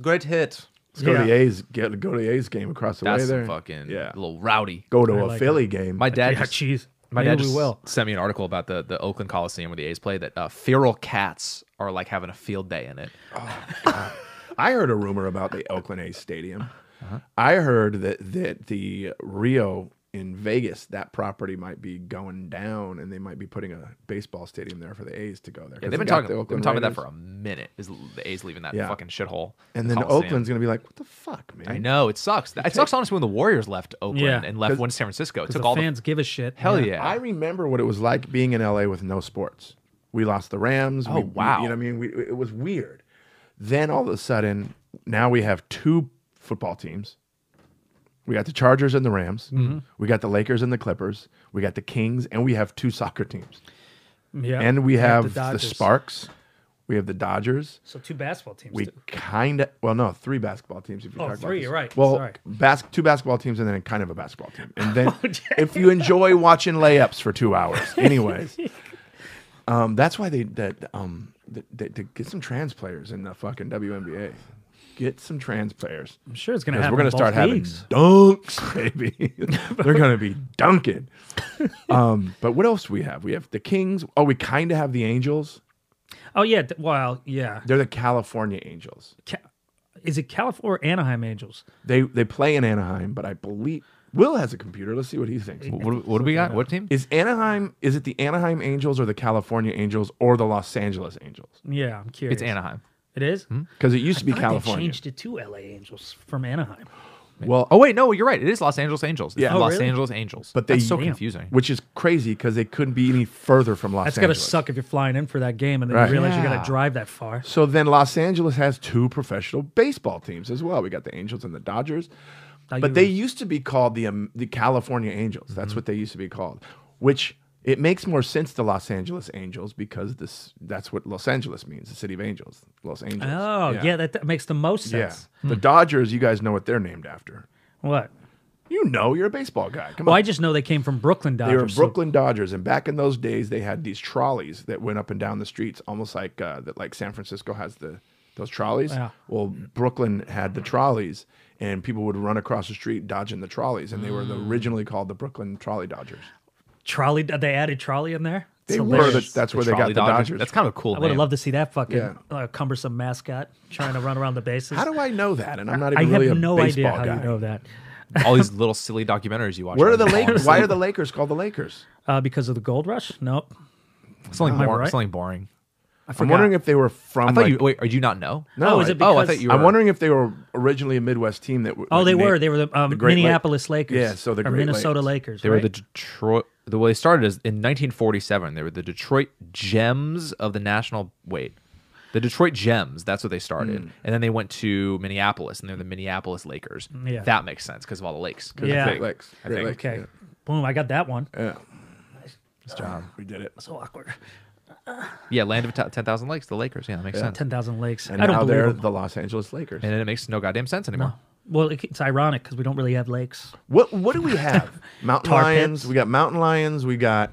C: Great hit.
B: Let's go to the
D: Yeah.
B: A's. Get, go to the A's game across the
C: That's
B: way
C: some
B: there.
C: fucking
B: yeah.
C: little rowdy.
B: Go to a
D: like
B: Philly game.
C: My dad
D: yeah,
C: just-
D: jeez.
C: My
D: Maybe
C: dad just
D: we will.
C: sent me an article about the, the Oakland Coliseum where the A's play that uh, feral cats are like having a field day in it.
B: I heard a rumor about the Oakland A's stadium.
C: Uh-huh.
B: I heard that that the Rio in Vegas, that property might be going down, and they might be putting a baseball stadium there for the A's to go there.
C: Yeah, they've been talking, they've been talking about that for a minute. Is the A's leaving that
B: Yeah.
C: fucking shithole?
B: And then
C: Coliseum.
B: Oakland's gonna be like, "What the fuck, man?"
C: I know it sucks. It sucks honestly when the Warriors left Oakland
D: Yeah.
C: and left
B: 'Cause-
C: one San Francisco. It took
D: the
C: all
D: fans give a shit.
C: the hell yeah.
B: I remember what it was like being in LA with no sports. We lost the Rams. we-
C: Oh, wow.
B: we- you know what I mean? We, it was weird. Then all of a sudden, now we have two football teams. We got the Chargers and the Rams. We got the Lakers and the Clippers. We got the Kings, and we have two <laughs> soccer teams.
D: Yeah,
B: and we
D: like
B: have the,
D: Dodgers.
B: Sparks. We have the Dodgers.
D: So two basketball teams.
B: We
D: too.
B: kind of well, no, three basketball teams. If you
D: Oh,
B: talk about
D: three,
B: this.
D: you're right. Oh,
B: Well,
D: Sorry.
B: bas- two basketball teams and then kind of a basketball team.
D: <laughs>
B: And then if you enjoy watching layups for two hours, anyways, um, that's why they that um th- th- to get some trans players in the fucking WNBA. Get some trans players.
D: I'm sure it's gonna
B: Because
D: happen.
B: we're gonna
D: in both
B: start
D: leagues.
B: having dunks,
D: <laughs>
B: baby. They're gonna be dunking. Um, but what else do we have? We have the Kings. Oh, we kind of have the Angels.
D: Oh yeah. th- Well, yeah.
B: They're the California Angels.
D: Ca- is it California or Anaheim Angels?
B: They they play in Anaheim, but I believe Will has a computer. Let's see what he thinks.
C: what, what do we got? What team?
B: Is Anaheim? Is it the Anaheim Angels or the California Angels or the Los Angeles Angels?
D: Yeah, I'm curious.
C: It's Anaheim.
D: It is?
B: Because it used to Hmm? be
D: Thought They
B: California.
D: changed it to LA Angels from Anaheim.
B: Well,
C: Oh wait, no, you're right. It is Los Angeles Angels. It's
B: Yeah. Oh,
C: Los
D: really?
C: Angeles Angels.
B: But they-
C: That's so
B: Damn.
C: confusing.
B: which is crazy because they couldn't be any further from Los
D: That's gonna
B: Angeles.
D: suck if you're flying in for that game and then
B: Right.
D: you realize you're
C: Yeah.
D: gonna drive that far.
B: So then Los Angeles has two professional baseball teams as well. We got the Angels and the Dodgers. But
D: Now you- Mm-hmm.
B: they used to be called the um, the California Angels. That's what they used to be called, which it makes more sense to Los Angeles Angels because this that's what Los Angeles means, the city of angels. Los Angeles.
D: Oh yeah, that, that makes the most sense. Hmm.
B: The Dodgers, you guys know what they're named after.
D: What?
B: You know, you're a baseball guy. Come
D: Well, I
B: on.
D: just know they came from Brooklyn
B: They were
D: Dodgers. so-
B: Brooklyn Dodgers, and back in those days, they had these trolleys that went up and down the streets, almost like uh, that. Like San Francisco has the those trolleys.
D: Yeah.
B: Well, Brooklyn had the trolleys, and people would run across the street dodging the trolleys, and they were the,
D: Mm.
B: originally called the Brooklyn Trolley Dodgers.
D: trolley. uh, They added trolley in there. It's
B: They were
D: hilarious.
B: the, that's where they got
C: Trolley
B: the
C: Dodgers.
B: Dodgers.
C: That's kind of a cool.
D: I would have
C: name.
D: loved to see that fucking
B: Yeah.
D: uh, cumbersome mascot trying to run around the bases.
B: How do I know that? And I'm not
D: I
B: even
D: have
B: really a
D: no
B: baseball
D: idea how
B: guy.
D: you know that
C: all these little silly documentaries you watch.
B: Where are
C: on
B: the Lakers?
C: Honestly,
B: Why are the Lakers called the Lakers?
D: uh, because of the gold rush. Nope.
C: something
D: I
C: boring?
D: right?
C: Something boring.
B: I'm wondering if they were from.
C: I thought
B: like-
C: you. Wait, do you not know?
B: No,
D: oh, is
B: I-
D: it because?
C: oh, I thought you. Were,
B: I'm wondering if they were originally a Midwest team that. w-
D: Oh,
B: like
D: they
B: na-
D: were. They were the, um,
B: Great Lake-
D: Minneapolis Lakers.
B: Yeah, so the
D: or
B: Great
D: Minnesota Lakers.
C: They were
D: right?
C: the Detroit. the way they started is in 1947. They were the Detroit Gems of the National. Wait, the Detroit Gems. That's what they started,
B: Hmm.
C: and then they went to Minneapolis, and they're the Minneapolis Lakers.
D: Mm, Yeah.
C: that makes sense because of all the lakes.
D: Yeah.
B: Great Lakes.
C: I
B: Great
C: think-
B: Lakes,
D: Okay. Boom. I got that one.
B: Yeah. yeah. We did it.
D: So awkward.
C: Yeah, land of t- ten thousand lakes. The Lakers. Yeah, that makes sense.
D: Ten thousand lakes.
B: And
D: I don't
B: now
D: believe
B: they're
D: 'em.
B: the Los Angeles Lakers.
C: And then it makes no goddamn sense anymore.
D: Well, it, it's ironic because we don't really have lakes.
B: What what do we have? Mountain
D: <laughs> Tar
B: lions.
D: pits.
B: We got mountain lions. We got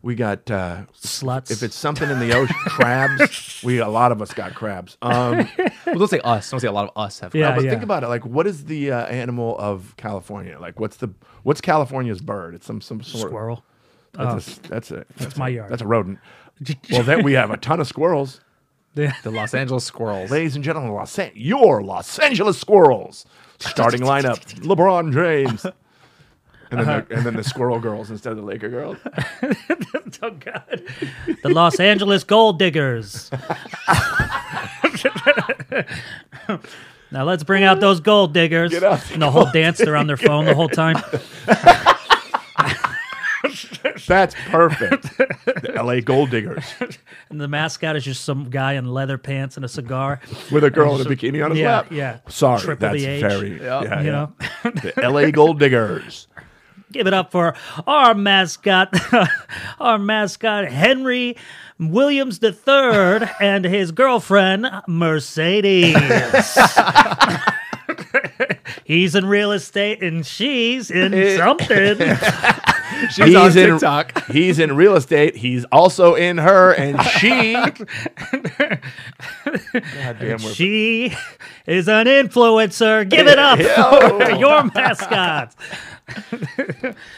B: we got uh,
D: Sluts.
B: if it's something in the
D: <laughs>
B: ocean, crabs. We a lot of us got crabs. Um,
C: Well, don't say us. Don't say a lot of us have.
D: Yeah.
B: but think about it. Like, what is the uh, animal of California? Like, what's the what's California's bird? It's some some sort.
D: squirrel. Oh.
B: That's, a s- that's it. That's
D: my
B: a-
D: yard.
B: That's a
D: <laughs>
B: rodent. well, then we have a ton of squirrels,
D: Yeah.
C: The Los Angeles Squirrels.
B: ladies and gentlemen. Los An- your Los Angeles Squirrels starting <laughs> lineup: LeBron James. And then, the, and then the squirrel girls instead of the Laker girls.
D: <laughs> oh God. The Los Angeles Gold <laughs> Diggers. now let's bring out those gold diggers.
B: Get out the
D: and the whole dance. They're
B: <laughs>
D: on their phone the whole time.
B: <laughs> That's perfect. the LA Gold Diggers
D: And the mascot is just some guy in leather pants and a cigar.
B: with a girl in a bikini on his
D: Yeah,
B: lap.
D: yeah.
B: Sorry,
D: Triple
B: that's
D: the age.
B: very. Yeah, yeah.
D: You know.
B: the LA Gold <laughs> Diggers.
D: Give it up for our mascot, <laughs> our mascot Henry Williams III and his girlfriend Mercedes. <laughs> He's in real estate and she's in something.
C: She's on TikTok.
B: In, <laughs> he's in real estate. He's also in her, and <laughs> she. God damn, we're
D: she is an influencer. Give it up
B: Oh,
D: for your mascot.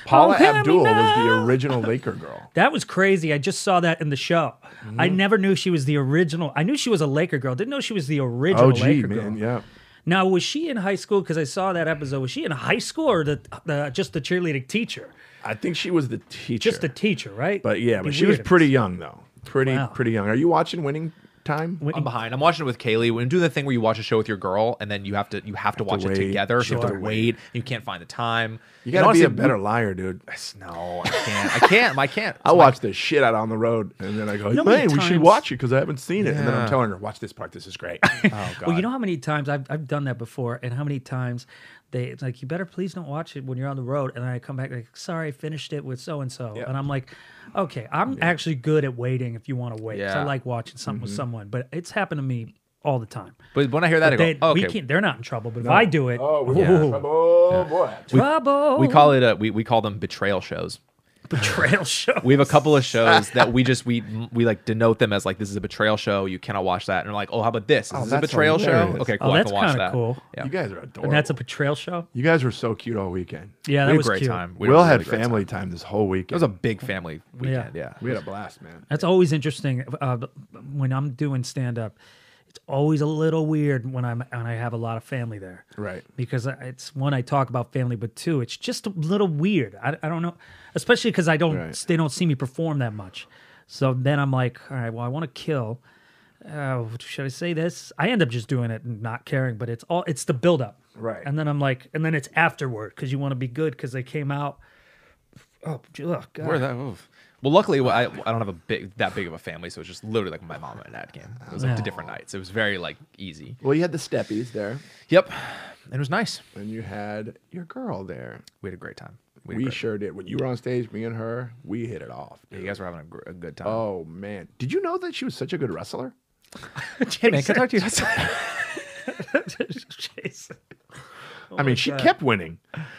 B: Paula
D: Oh, hear me
B: Abdul was the
D: now.
B: original Laker girl.
D: That was crazy. I just saw that in the show. I never knew she was the original. I knew she was a Laker girl. Didn't know she was the original
B: Oh, gee,
D: Laker
B: man,
D: girl.
B: yeah.
D: Now, was she in high school? Because I saw that episode. Was she in high school or the, the just the cheerleading teacher?
B: I think she was the teacher.
D: Just the teacher, right?
B: but yeah, but
D: Be
B: she was
D: weird.
B: pretty young though. Pretty,
D: Wow.
B: pretty young. Are you watching Winning Time?
C: I'm behind. I'm watching it with Kaylee. We're doing the thing where you watch a show with your girl, and then you have to you have to watch
B: wait.
C: it together. So you have to
B: Sure.
C: wait. You can't find the time.
B: you
C: And
B: gotta be
C: honestly,
B: a better liar, dude. <laughs>
C: No, I can't. I can't. <laughs> I can't.
B: I watch the shit out on the road, and then I go,
D: know how
B: "Man,
D: many
B: we should
D: times-
B: watch it because I haven't seen it." And then I'm
C: Yeah.
B: telling her, "Watch this part. This is
D: <laughs>
B: great." oh god.
D: Well, you know how many times I've, I've done that before, and how many times they it's like you better please don't watch it when you're on the road. And I come back like, sorry, I finished it with so and so, and I'm like, okay, I'm actually good at waiting if you want to wait. 'cause I
C: Yeah.
D: like watching something with someone, but it's happened to me all the time.
C: But when I hear that,
D: They,
C: I go,
D: we
C: okay.
D: can't, they're not in trouble, but if I do it,
B: we're
C: Yeah.
B: in Oh, trouble, boy.
D: trouble.
C: We
D: <laughs>
C: call it a we, we call them betrayal shows.
D: betrayal show.
C: We have a couple of shows that we just we we like denote them as like this is a betrayal show. You cannot watch that. And we're like, oh, how about this? Is
B: Oh,
C: this a
B: that's
C: betrayal
B: hilarious.
C: show? Okay,
D: Oh,
C: cool. I
D: that's
C: can watch
D: kinda
C: that.
D: cool.
C: Yeah,
B: You guys are adorable.
D: And that's a betrayal show.
B: you guys were so cute all weekend.
D: Yeah,
C: we
D: that
C: had
D: was
C: a great
D: cute.
C: time. We
B: Will
C: had a
B: had
C: really great
B: family
C: Time.
B: time. this whole
C: It
B: weekend.
C: was a big family weekend. Yeah.
B: we had a blast, man.
D: That's always interesting. Uh, b- when I'm doing stand up, it's always a little weird when I'm and I have a lot of family there,
B: Right.
D: Because I- it's one I talk about family, but two, it's just a little weird. I, I don't know, especially because I don't
B: Right.
D: they don't see me perform that much. So then I'm like, all right, well, I want to kill. Uh, should I say this? I end up just doing it and not caring, but it's all it's the buildup,
B: Right.
D: And then I'm like, and then it's afterward because you want to be good because they came out. Oh, j- oh God.
C: Where that? Oof. Well, luckily, well, I, I don't have a big that big of a family, so it's just literally like my mom and dad came. It was like
D: Yeah.
C: two different nights. It was very like easy.
B: Well, you had the steppies there,
C: Yep, it was nice.
B: and you had your girl there.
C: We had a great time. had a
B: We
C: great-
B: sure did. When you were on stage, me and her, we hit it off.
C: yeah, you guys were having a, gr- a good time.
B: Oh man, did you know that she was such a good wrestler?
D: <laughs>
C: hey man, can I talk to you? outside?
D: Jason.
B: I mean, she kept <laughs> winning.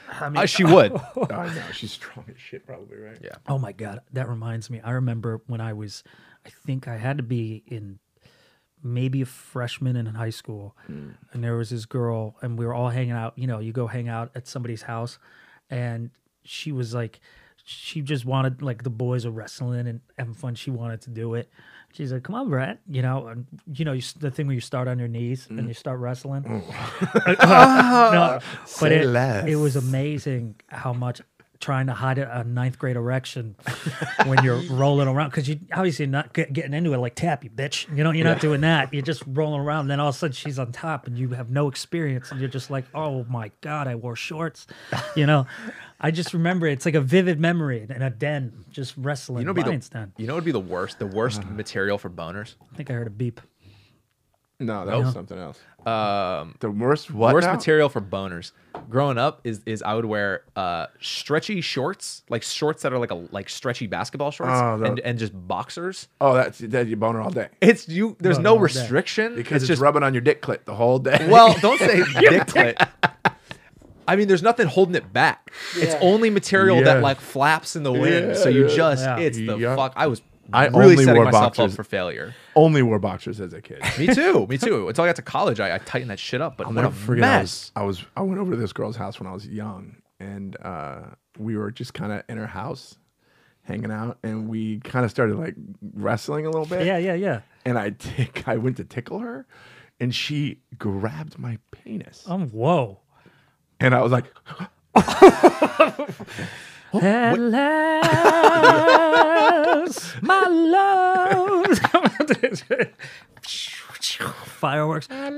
D: I
C: <laughs>
D: mean,
C: Uh, she would.
B: Oh, <laughs> I know she's strong as shit, probably right.
C: Yeah.
D: Oh my god, that reminds me. I remember when I was, I think I had to be in maybe a freshman in high school, and there was this girl, and we were all hanging out. You know, you go hang out at somebody's house, and she was like, she just wanted like the boys were wrestling and having fun. She wanted to do it. She's like, "Come on, Brett," you know, and you know you, s- the thing where you start on your knees and you start wrestling. <laughs> no, but
B: Say
D: it,
B: less.
D: it was amazing how much trying to hide a a ninth grade erection <laughs> when you're rolling around because you obviously not get, getting into it like tap you bitch you know you're not doing that you're just rolling around and then all of a sudden she's on top and you have no experience and you're just like oh my god I wore shorts you know I just remember it's like a vivid memory in a den just wrestling
C: You know,
D: you
C: what'd be
D: lion's
C: the,
D: den
C: you know, would be the worst. The worst
B: Uh-huh.
C: material for boners.
D: I think I heard a beep
B: No, that was something else. Um, the worst what?
C: Worst
B: now?
C: material for boners. Growing up is is I would wear uh, stretchy shorts, like shorts that are like a like stretchy basketball shorts,
B: Oh, the-
C: and, and just boxers.
B: Oh, that's that you boner all day
C: It's you. There's
D: Boner
C: no
D: all day.
C: restriction
B: because it's,
C: just
B: rubbing on your dick clit the whole day.
C: Well, <laughs> don't say dick clit. I mean, there's nothing holding it back. It's only material
B: Yeah.
C: that like flaps in the wind.
B: Yeah,
C: so you
B: yeah.
C: just,
D: Yeah.
C: it's the
B: Yeah.
C: fuck. I was
B: I
C: really
B: only
C: setting
B: wore
C: myself
B: boxers.
C: up for failure.
B: <laughs> only wore boxers as a kid.
C: Me too.
B: <laughs>
C: Me too. Until I got to college, I, I tightened that shit up. But
B: I'll
C: what
B: never
C: a
B: forget. I was,
C: mess.
B: I was I went over to this girl's house when I was young, and uh, we were just kind of in her house, hanging out, and we kind of started like wrestling a little bit.
D: yeah yeah yeah
B: And I tick, I went to tickle her, and she grabbed my penis,
D: um whoa
B: and I was like,
C: <laughs>
D: At last,
B: <laughs>
D: my love. <laughs> Fireworks.
B: "My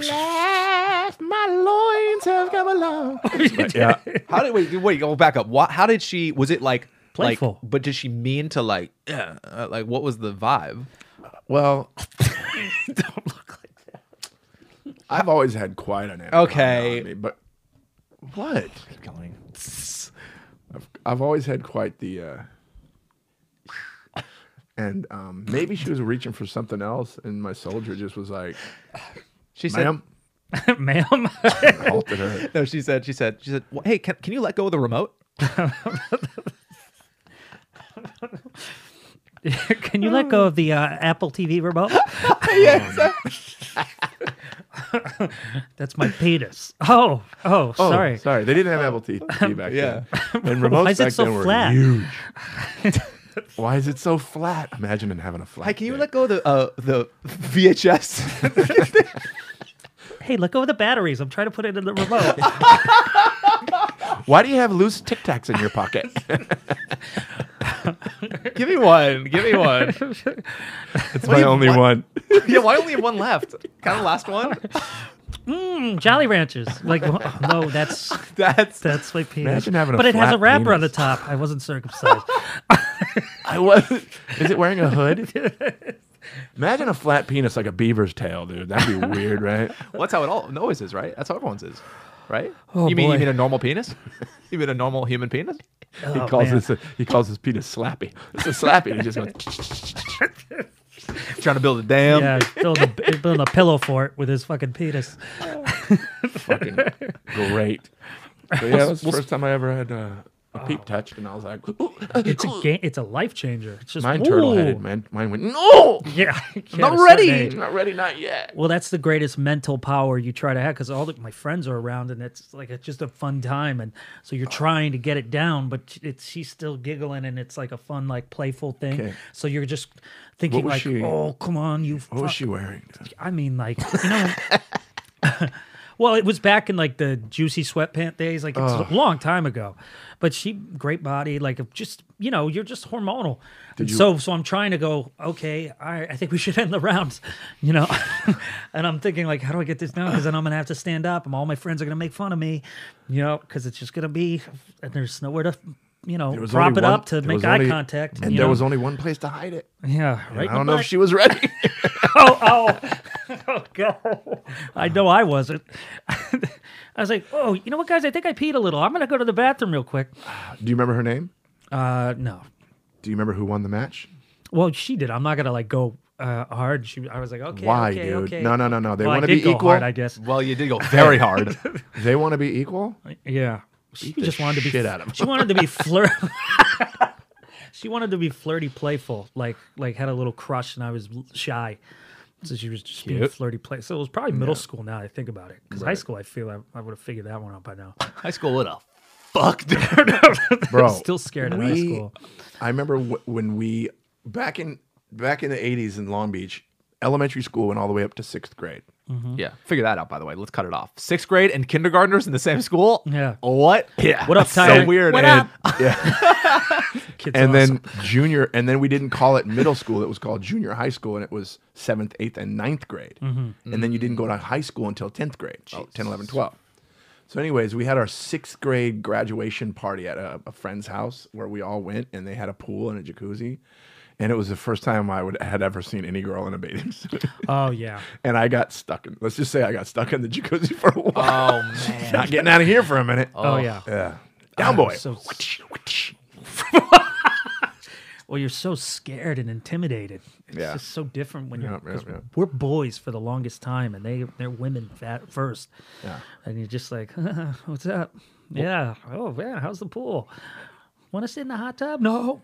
B: loins have come <laughs> along." But, yeah,
C: How did wait? Wait, go back up. What? How did she? Was it like
D: Playful.
C: Like, but did she mean to like? Yeah, uh, like what was the vibe?
B: <laughs> Well, don't look like that. I've always had quite an anaconda
C: Okay.
B: on me, but what? I've, I've always had quite the. Uh, and um, maybe she was reaching for something else, and my soldier just was like,
C: She said.
B: "Ma'am,"
D: Ma'am.
B: and halted her.
C: <laughs> No, she said. She said. She said. Hey, can, can you let go of the remote?
D: <laughs> Can you let go of the uh, Apple TV
B: <laughs>
D: remote? <laughs> That's my penis. Oh, oh,
B: Oh,
D: sorry.
B: sorry. They didn't have Apple
D: <laughs>
B: TV back
C: Yeah.
B: then, and remotes
D: Why is it
B: back
D: so
B: then were
D: flat? <laughs>
B: huge. Why is it so flat? Imagine him having a flat.
C: Hey, can you
B: dick.
C: let go of the uh, the VHS?
D: Hey, let go of the batteries. I'm trying to put it in the
B: <laughs>
D: remote.
B: Why do you have loose Tic Tacs in your pocket?
C: <laughs> give me one. Give me one.
B: <laughs> That's my only one.
C: <laughs> yeah, why only have one left? Kind of last <laughs> one.
D: Mm, Jolly Ranchers. Like, oh, no, that's
C: That's
D: that's my penis.
B: Imagine having a
D: but it has a
B: flat
D: wrapper on the
B: penis.
D: top. I
B: <laughs>
D: wasn't circumcised.
B: <laughs> I was. Is it wearing a
D: <laughs>
B: hood? Imagine a flat penis like a beaver's tail, dude. That'd
D: <laughs>
B: be weird, right?
C: what's how it all Noah's is, right? That's how everyone's is, right?
D: Oh,
C: you mean
D: boy.
C: you mean a normal penis? <laughs> You mean a normal human penis? <laughs>
B: he
D: Oh,
B: calls
D: man.
B: this. A, he calls his penis slappy. It's a slappy. and he just goes. <laughs>
C: Trying to build a
B: Um,
C: dam.
D: Yeah, he's building a, he's building a pillow fort with his fucking penis.
B: fucking great. So yeah, that was the first time I ever had uh, a
D: Oh.
B: peep touched, and I was like, <laughs> ooh,
D: It's a game. It's a life changer. It's just
B: mine
D: ooh.
B: turtle headed, man. Mine went, no,
D: Yeah, <laughs> yeah, at a
B: not
D: certain
B: ready,
D: age.
B: not ready, not yet.
D: Well, that's the greatest mental power you try to have because all the, my friends are around and it's like it's just a fun time, and so you're trying to get it down, but it's she's still giggling and it's like a fun, like playful thing.
B: Okay.
D: So you're just thinking
B: was
D: like,
B: she-
D: oh, come on, you.
B: What was
D: fuck."
B: she wearing?
D: I mean, like you know. <laughs> well, it was back in like the juicy sweatpant days. Like it's a long time ago, but she great body. Like just you know, you're just hormonal.
B: you-
D: So so I'm trying to go. Okay, all right. I think we should <laughs> end the rounds. You know, <laughs> and I'm thinking like, how do I get this down? Because then I'm gonna have to stand up, and all my friends are gonna make fun of me. You know, because it's just gonna be, and there's nowhere to. You know,
B: There was
D: prop
B: only
D: it
B: one-
D: up to
B: there
D: make
B: was
D: eye
B: only-
D: contact.
B: and
D: you
B: there
D: know?
B: was only one place to hide it.
D: yeah, right. in
B: I
D: the
B: don't know if
D: butt.
B: she was
D: <laughs>
B: ready. <laughs>
D: oh, oh, oh, God. I know I wasn't. <laughs> I was like, oh, you know what, guys? I think I peed a little. I'm going to go to the bathroom real quick.
B: Do you remember her name?
D: Uh, no.
B: Do you remember who won the match?
D: Well, she did. I'm not going to like go uh, hard. She, I was like, okay.
B: Why,
D: okay,
B: dude?
D: Okay.
B: No, no, no, no. They
D: Well, I
B: want to
D: did
B: be
D: go
B: equal.
D: hard, I guess.
C: Well, you did go very <laughs> hard.
B: They want to be
D: <laughs>
B: equal.
D: Yeah. She
B: the
D: just wanted to be
B: shit out of him.
D: She
B: <laughs>
D: wanted to be flirt. <laughs> she wanted to be flirty, playful. Like like had a little crush, and I was l- shy, so she was just being
C: Cute.
D: flirty, play. So it was probably middle school. Now that I think about it, because high school, I feel I, I would have figured that one out by now.
C: High school, what a fuck, <laughs> dude.
B: bro.
D: Still scared in high
B: Oh, we-
D: school.
B: I remember w- when we back in back in the eighties in Long Beach, elementary school went all the way up to sixth grade.
C: Yeah, figure that out. By the way, let's cut it off. Sixth grade and kindergartners in the same school.
D: Yeah.
C: What? Yeah. <laughs>
D: What up,
B: so
D: Tyler?
B: weird.
D: What
B: and, <laughs>
D: up?
B: Yeah.
D: Kids
B: and
D: awesome.
B: then
C: <laughs>
B: junior, and then we didn't call it middle school. It was called junior high school, and it was seventh, eighth, and ninth grade.
C: Mm-hmm.
B: And then you didn't go to high school until 10th grade, oh, 10, 11, 12. So, anyways, we had our sixth grade graduation party at a, a friend's house where we all went, and they had a pool and a jacuzzi. And it was the first time I would had ever seen any girl in a bathing suit. <laughs>
D: oh yeah,
B: and I got stuck in, let's just say I got stuck in the jacuzzi for a while.
C: Oh Oh. man.
B: <laughs> Not getting out of here for a minute.
D: oh yeah.
B: Yeah. Down boy.
D: so-
B: Whoosh, whoosh.
D: Well, you're so scared and intimidated. It's
B: Yeah.
D: just so different when you're.
B: Yeah, yeah,
D: 'cause
B: yeah.
D: We're boys for the longest time, and they they're women at first. Yeah. And you're just like, <laughs> what's up? yeah. Oh man, how's the pool? Want to sit in the hot tub? No.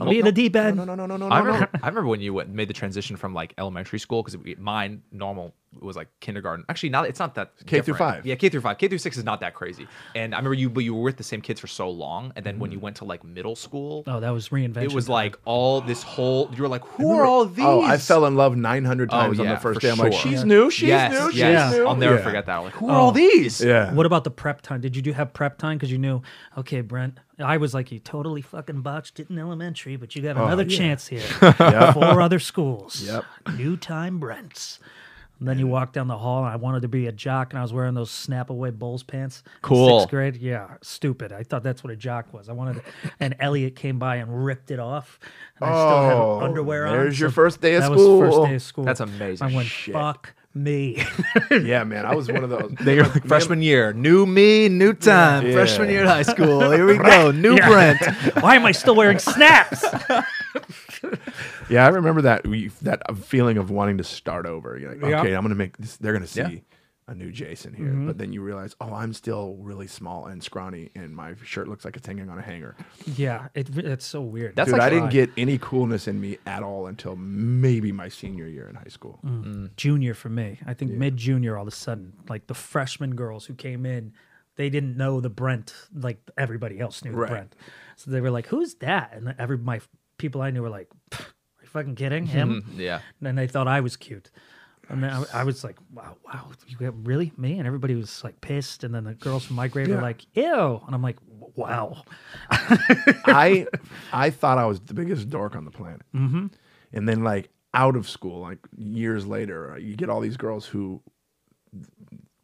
D: I'll be in the deep end.
B: No, no, no, no, no,
C: I
B: no, no. <laughs>
C: remember, I remember when you went, made the transition from like elementary school because mine normal was like kindergarten. Actually, now it's not that
B: K through
C: different.
B: five.
C: Yeah, K through five. K through six is not that crazy. And I remember you, but you were with the same kids for so long, and then when you went to like middle school,
D: Oh, that was reinvention.
C: it was
D: time.
C: like all this whole. You were like, who are all these?
B: Oh, I fell in love 900 times on
C: Oh, yeah,
B: the first
C: for
B: day. I'm like,
C: sure.
B: she's new, she's
C: yes,
B: new, she's
C: yes.
B: new.
C: I'll never
B: Yeah.
C: forget that. Oh. I'm like, who are all these?
B: Yeah.
D: What about the prep time? Did you do have prep time because you knew? Okay, Brent, I was like you totally fucking botched it in elementary, but you got another
B: <laughs>
D: chance here. Four other schools.
B: Oh, Yep.
D: New time Brents. And then you walk down the hall, and I wanted to be a jock, and I was wearing those snap away bowls pants. in
C: Cool.
D: Sixth grade, yeah, stupid. I thought that's what a jock was. I wanted, <laughs> to, and Elliot came by and ripped it off. And I still
B: Oh,
D: have underwear on.
B: there's your first day of
D: that was
B: school.
D: first day of school.
C: That's amazing.
D: I went,
B: Shit.
D: fuck me. <laughs>
B: yeah, man. I was one of those.
C: <laughs> They were like freshman year, new me, new time.
B: Yeah.
C: Freshman year at high school.
B: <laughs>
C: Here we go, new
D: Yeah.
C: Brent.
D: <laughs> Why am I still wearing snaps?
B: <laughs> Yeah, I remember that we, that feeling of wanting to start over. You're like,
D: Yeah.
B: okay, I'm gonna make this. They're gonna see
C: Yeah. Mm-hmm.
B: a new Jason here, but then you realize, oh, I'm still really small and scrawny, and my shirt looks like it's hanging on a hanger.
D: Yeah, it, re- it's so weird.
C: That's
B: Dude,
C: like
B: I didn't
C: fine.
B: get any coolness in me at all until maybe my senior year in high school.
C: Mm.
D: junior for me. I think mid junior, all of a sudden, like the freshman girls who came in, they didn't know the Brent like everybody else knew
B: Right.
D: the Brent. So they were like, "Who's that?" And every my people I knew were like, "Pff, "Are you fucking
B: <laughs>
D: kidding him?"
C: <laughs> Yeah.
D: And then they thought I was cute. And then I, I was like, wow, wow, you got really me? And everybody was like pissed. And then the girls from my grade
B: Yeah.
D: were like, ew. And I'm like, wow.
C: <laughs>
B: I I thought I was the biggest dork on the planet. Mm-hmm. And then like out of school, like years later, uh, you get all these girls who,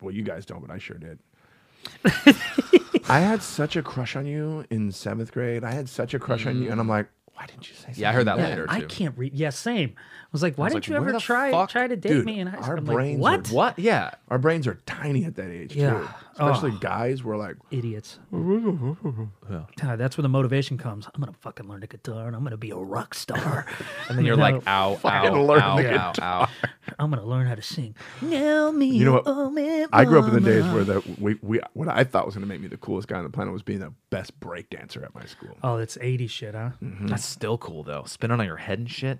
B: well, you guys don't, but I sure
C: <laughs>
B: did. I had such a crush on you in seventh grade. I had such a crush on you, and I'm like, why didn't you say? Something?
C: Yeah, I heard that
D: Yeah,
C: later
D: I
C: too.
D: can't read. Yeah, same. I was like, why
C: was
D: didn't
C: like,
D: you
C: where
D: ever
C: the
D: try
C: fuck-
D: try to date
B: Dude,
D: me in high
B: our
D: school? I'm
B: brains
D: like,
B: are
D: what?
C: What? Yeah.
B: Our brains are tiny at that age,
D: Yeah.
B: too.
C: Oh.
B: Especially guys. We're like,
D: Idiots. Ah, that's where the motivation comes. I'm gonna fucking learn the guitar and I'm gonna be a rock
B: <laughs>
D: star.
C: And then you're
D: No.
B: "Ah."
C: like, ow,
B: Fucking
C: ow,
B: learn
C: ow,
B: the
C: ow, ow.
D: I'm gonna learn how to sing. Now me,
B: You know what?
D: oh, me,
B: I grew up in the days
D: mama.
B: where the we, we what I thought was going to make me the coolest guy on the planet was being the best break dancer at my school.
D: Oh, that's 80 shit, huh?
B: Mm.
C: That's still cool though. Spinning on your head and shit.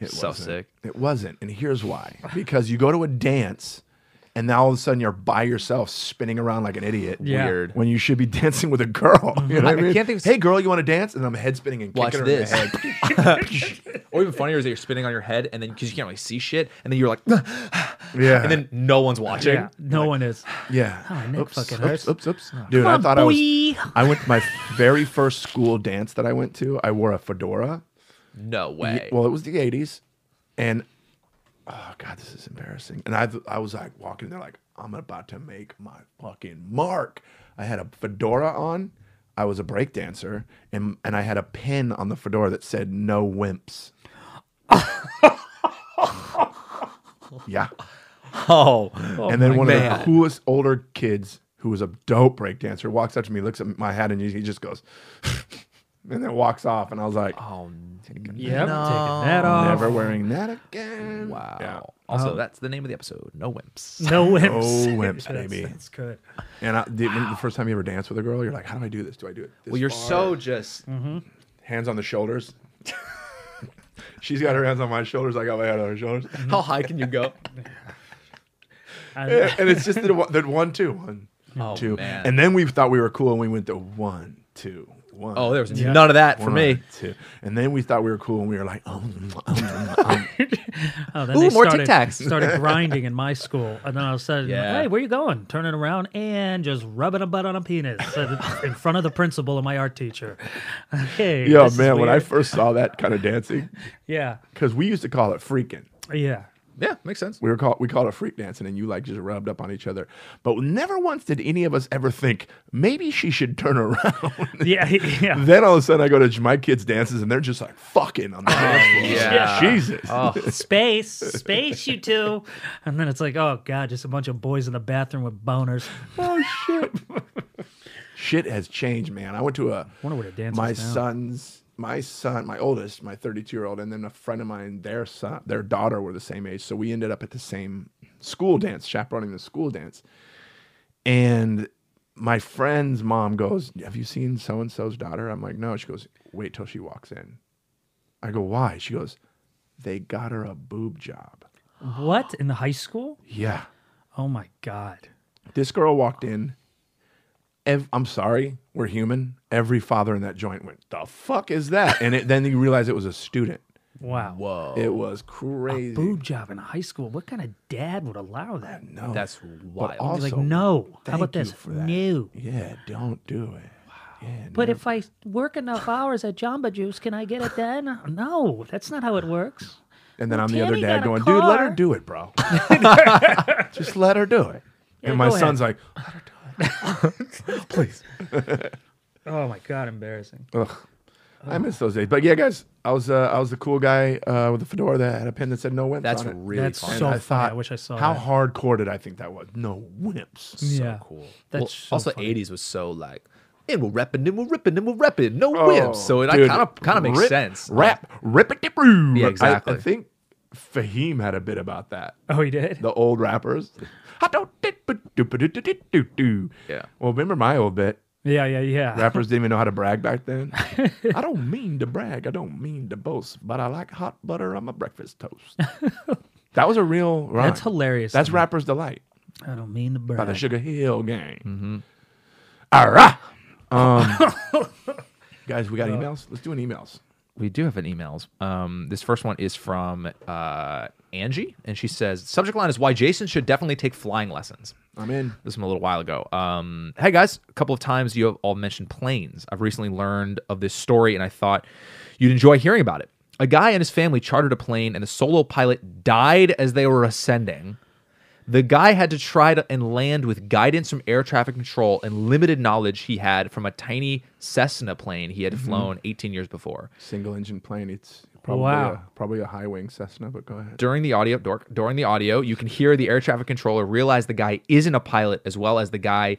B: It
C: so
B: wasn't.
C: sick.
B: It wasn't. And here's why. Because you go to a dance and now all of a sudden you're by yourself spinning around like an idiot.
D: Yeah.
C: Weird.
B: When you should be <laughs> dancing with a girl. You know what I,
C: I
B: mean?
C: can't think of-
B: hey girl, you want to dance? And I'm head spinning and
C: Watch
B: kicking
C: this. <laughs>
B: her in the head.
C: Or even funnier is that you're spinning on your head and then because you can't really see shit, and then you're like, <sighs>
B: Yeah.
C: and then no one's watching.
D: Yeah, no one is.
B: yeah.
D: Oh, my neck
B: oops,
D: fucking
B: oops,
D: hurts. Oh.
B: oops, oops. Dude, I
D: on,
B: thought I was
D: boy.
B: I went my very first school dance that I went to, I wore a fedora.
C: No
B: Ye-
C: way.
B: well, it was the '80s, and oh god, this is embarrassing. And I, I was like walking there, like I'm about to make my fucking mark. I had a fedora on. I was a breakdancer, and and I had a pin on the fedora that said "No wimps." <laughs> yeah,
C: <laughs> oh,
B: and then one of
C: man.
B: the coolest older kids who was a dope breakdancer walks up to me, looks at my hat, and he he just goes, <laughs> and then walks off. And I was like,
C: oh,
D: Yep, taking that off.
B: never wearing that again.
C: wow.
B: Yeah.
C: Also, that's the name of the episode. No wimps. <laughs>
D: No wimps.
B: No wimps,
D: <laughs> That's-
B: baby.
D: That's good.
B: And I, the, when- the first time you ever dance with a girl, you're like, how do I do this? Do I do it? This
C: Well, you're
B: far?
C: so just.
B: hands on the shoulders. <laughs> She's got her hands on my shoulders. I got my hand on her
C: <laughs>
B: shoulders.
C: How high can you <laughs> go?
D: I,
B: and it's just the one, the one, two, one,
C: Oh,
B: two.
C: man.
B: and then we thought we were cool, and we went to one, two, one, one.
C: Oh, there was
D: Yeah.
C: none of that for
B: one,
C: me.
B: two. And then we thought we were cool, and we were like,
C: <laughs>
B: oh, um,
D: Oh, then
C: Ooh,
D: they
C: more Tic
D: started,
C: Tacs.
B: <laughs>
D: started grinding in my school, and then all of a sudden,
C: Yeah.
D: hey, where you going? Turning around and just rubbing a butt on a penis in front of the principal and my art teacher. <laughs> Hey,
B: yeah,
D: this is
B: man. When I
D: weird.
B: first saw that kind of dancing,
D: yeah,
B: because we used to call it freaking.
D: yeah,
C: Yeah, makes sense.
B: We were called we called it freak dancing, and you like just rubbed up on each other. But never once did any of us ever think maybe she should turn around. <laughs>
D: yeah, <laughs> yeah.
B: then all of a sudden, I go to my kids' dances, and they're just like fucking on the dance floor.
C: yeah.
B: Jesus.
D: Oh, Space, space, you two. And then it's like, oh god, just a bunch of boys in the bathroom with boners.
B: <laughs> Oh shit! <laughs> shit has changed, man. I went to a
D: Wonder what a dance
B: my
D: is now.
B: son's my son, my oldest, my 32 year old, and then a friend of mine, their son, their daughter were the same age, so we ended up at the same school dance, chaperoning the school dance, and. My friend's mom goes, Have you seen so and so's daughter? I'm like, No. She goes, Wait till she walks in. I go, Why? She goes, They got her a boob job.
D: What in the high school?
B: Yeah.
D: Oh my god.
B: This girl walked in. Ev- I'm sorry, we're human. Every father in that joint went, "The fuck is that?" And it, then you realize it was a student.
D: Wow.
C: Whoa,
D: Oh.
B: It was crazy.
D: Boob job in high school. What kind of dad would allow that?
B: no,
C: that's
B: but
C: wild.
B: also,
D: Like, no. How
B: thank
D: about
B: you
D: this?
B: for that.
D: No.
B: Yeah, don't do it. Yeah,
D: But
B: no.
D: if I work enough hours at Jamba Juice, can I get it then? <sighs> No, that's not how it works.
B: and then I'm the
D: Tammy
B: other dad
D: got a
B: going, "Dude, let her
D: car."
B: do it,
D: <laughs>
B: bro. <laughs> Just let her do it."
D: Yeah,
B: and my
D: go ahead.
B: son's like, "Let her do it, please."
D: Oh my god, embarrassing.
B: Ugh. I miss those days. But yeah, guys, I was uh, I was the cool guy uh, with the fedora that had a pin that said "No wimps."
C: That's
B: on it.
C: really
D: That's
C: fun.
D: so funny. I wish I saw
B: how
D: that.
B: hardcore did I think that was? No wimps.
D: yeah.
C: cool.
D: That's
C: well, also
D: so funny.
C: '80s was so like, and we're repping, and we're ripping, and we're repping. No
B: Oh,
C: whips. So it
B: dude.
C: kind of kind of makes
B: Rip-
C: sense.
B: Rap, rip it, dip, roo.
C: Yeah,
B: I- I,
C: exactly.
B: think Fahim had a bit about that.
D: Oh, he did.
B: The old rappers. <laughs> I don't dip, but do, but do, do, do, do, do.
C: Yeah.
B: Well, remember my old bit.
D: Yeah, yeah, yeah.
B: Rappers didn't even know how to brag back
C: <laughs>
B: then. I don't mean to brag. I don't mean to boast, but I like hot butter on my breakfast
C: <laughs>
B: toast. that was a real rhyme.
D: That's hilarious.
B: That's
D: to me.
B: Rapper's Delight
D: I don't mean to
B: by the
D: brag.
B: Sugar Hill Gang.
C: Mm-hmm.
B: All
C: <laughs>
B: right. Um, guys, we got emails. Let's do an emails.
C: we do have an emails. Um, this first one is from uh, Angie, and she says, "Subject line is why Jason should definitely take flying lessons."
B: I'm in.
C: This from a little while ago. Um, hey guys, a couple of times you have all mentioned planes. I've recently learned of this story, and I thought you'd enjoy hearing about it. A guy and his family chartered a plane, and the solo pilot died as they were ascending. The guy had to try to and land with guidance from air traffic control and limited knowledge he had from a tiny Cessna plane he had flown 18 years before.
B: Single engine plane. It's probably
D: Wow.
B: a, probably a high wing Cessna, but go ahead.
C: during the audio dork, during the audio you can hear the air traffic controller realize the guy isn't a pilot as well as the guy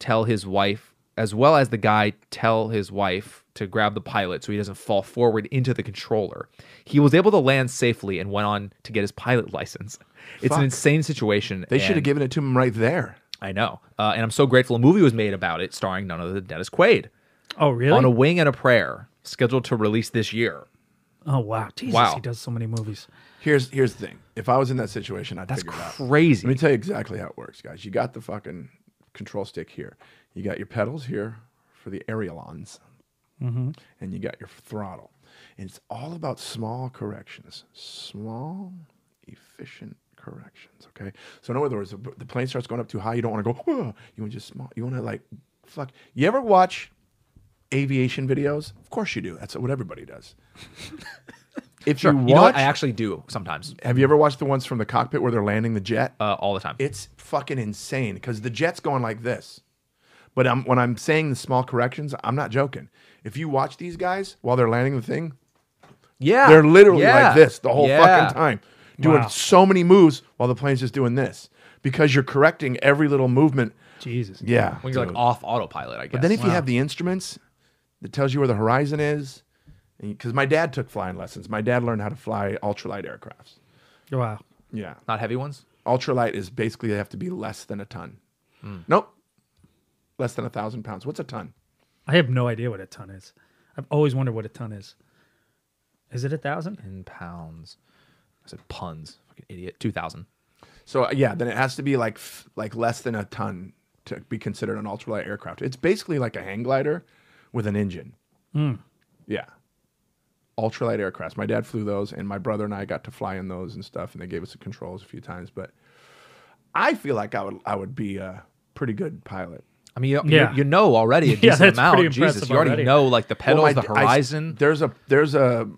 C: tell his wife as well as the guy tell his wife to grab the pilot so he doesn't fall forward into the controller he was able to land safely and went on to get his pilot license it's
B: Fuck.
C: an insane situation
B: They should have
C: and-
B: given it to him right there.
C: i know uh, and i'm so grateful a movie was made about it starring none other than dennis quaid
D: oh, really?
C: on a wing and a prayer scheduled to release this year
D: oh, wow. Jesus,
C: Wow.
D: he does so many movies.
B: Here's here's the thing. If I was in that situation, I'd
C: that's
B: figure it out.
C: crazy
B: Let me tell you exactly how it works, guys. You got the fucking control stick here. You got your pedals here for the aerialons,
C: Mm-hmm.
B: and you got your throttle. And it's all about small corrections, small, efficient corrections. Okay. So in other words, the, the plane starts going up too high. You don't want to go. "Whoa." You want just small. You want to like fuck. You ever watch aviation videos? Of course you do. That's what everybody
C: <laughs>
B: does. if
C: Sure.
B: you watch,
C: you know what? i actually do sometimes
B: have you ever watched the ones from the cockpit where they're landing the jet?
C: uh, all the time
B: it's fucking insane because the jet's going like this. But I'm, when I'm saying the small corrections, I'm not joking. If you watch these guys while they're landing the thing,
C: Yeah.
B: they're literally
C: Yeah.
B: like this the whole
C: Yeah.
B: fucking time, doing
D: Wow.
B: so many moves while the plane's just doing this because you're correcting every little movement.
D: Jesus.
B: Yeah.
C: When you're like "Oh, off autopilot, I guess.
B: But then if you have the instruments that tells you where the horizon is, because my dad took flying lessons, my dad learned how to fly ultralight aircrafts.
D: Wow.
B: Yeah.
C: not heavy ones.
B: ultralight is basically they have to be less than a ton. Nope. Less than a thousand pounds. What's a ton?
D: I have no idea what a ton is. I've always wondered what a ton is. Is it a thousand?
C: In pounds. I said puns. Fucking idiot. 2,000.
B: So uh, yeah, then it has to be like f- like less than a ton to be considered an ultralight aircraft. It's basically like a hang glider with an engine. Yeah. Ultralight aircraft. My dad flew those, and my brother and I got to fly in those and stuff, and they gave us the controls a few times. But I feel like I would I would be a pretty good pilot.
C: I mean, you,
D: Yeah.
C: you, you know already a decent
D: that's
C: amount.
D: pretty
C: Jesus,
D: impressive
C: you already,
D: already.
C: know like the pedals,
B: Well, my
C: the
B: d- I s-
C: horizon.
B: there's a there's a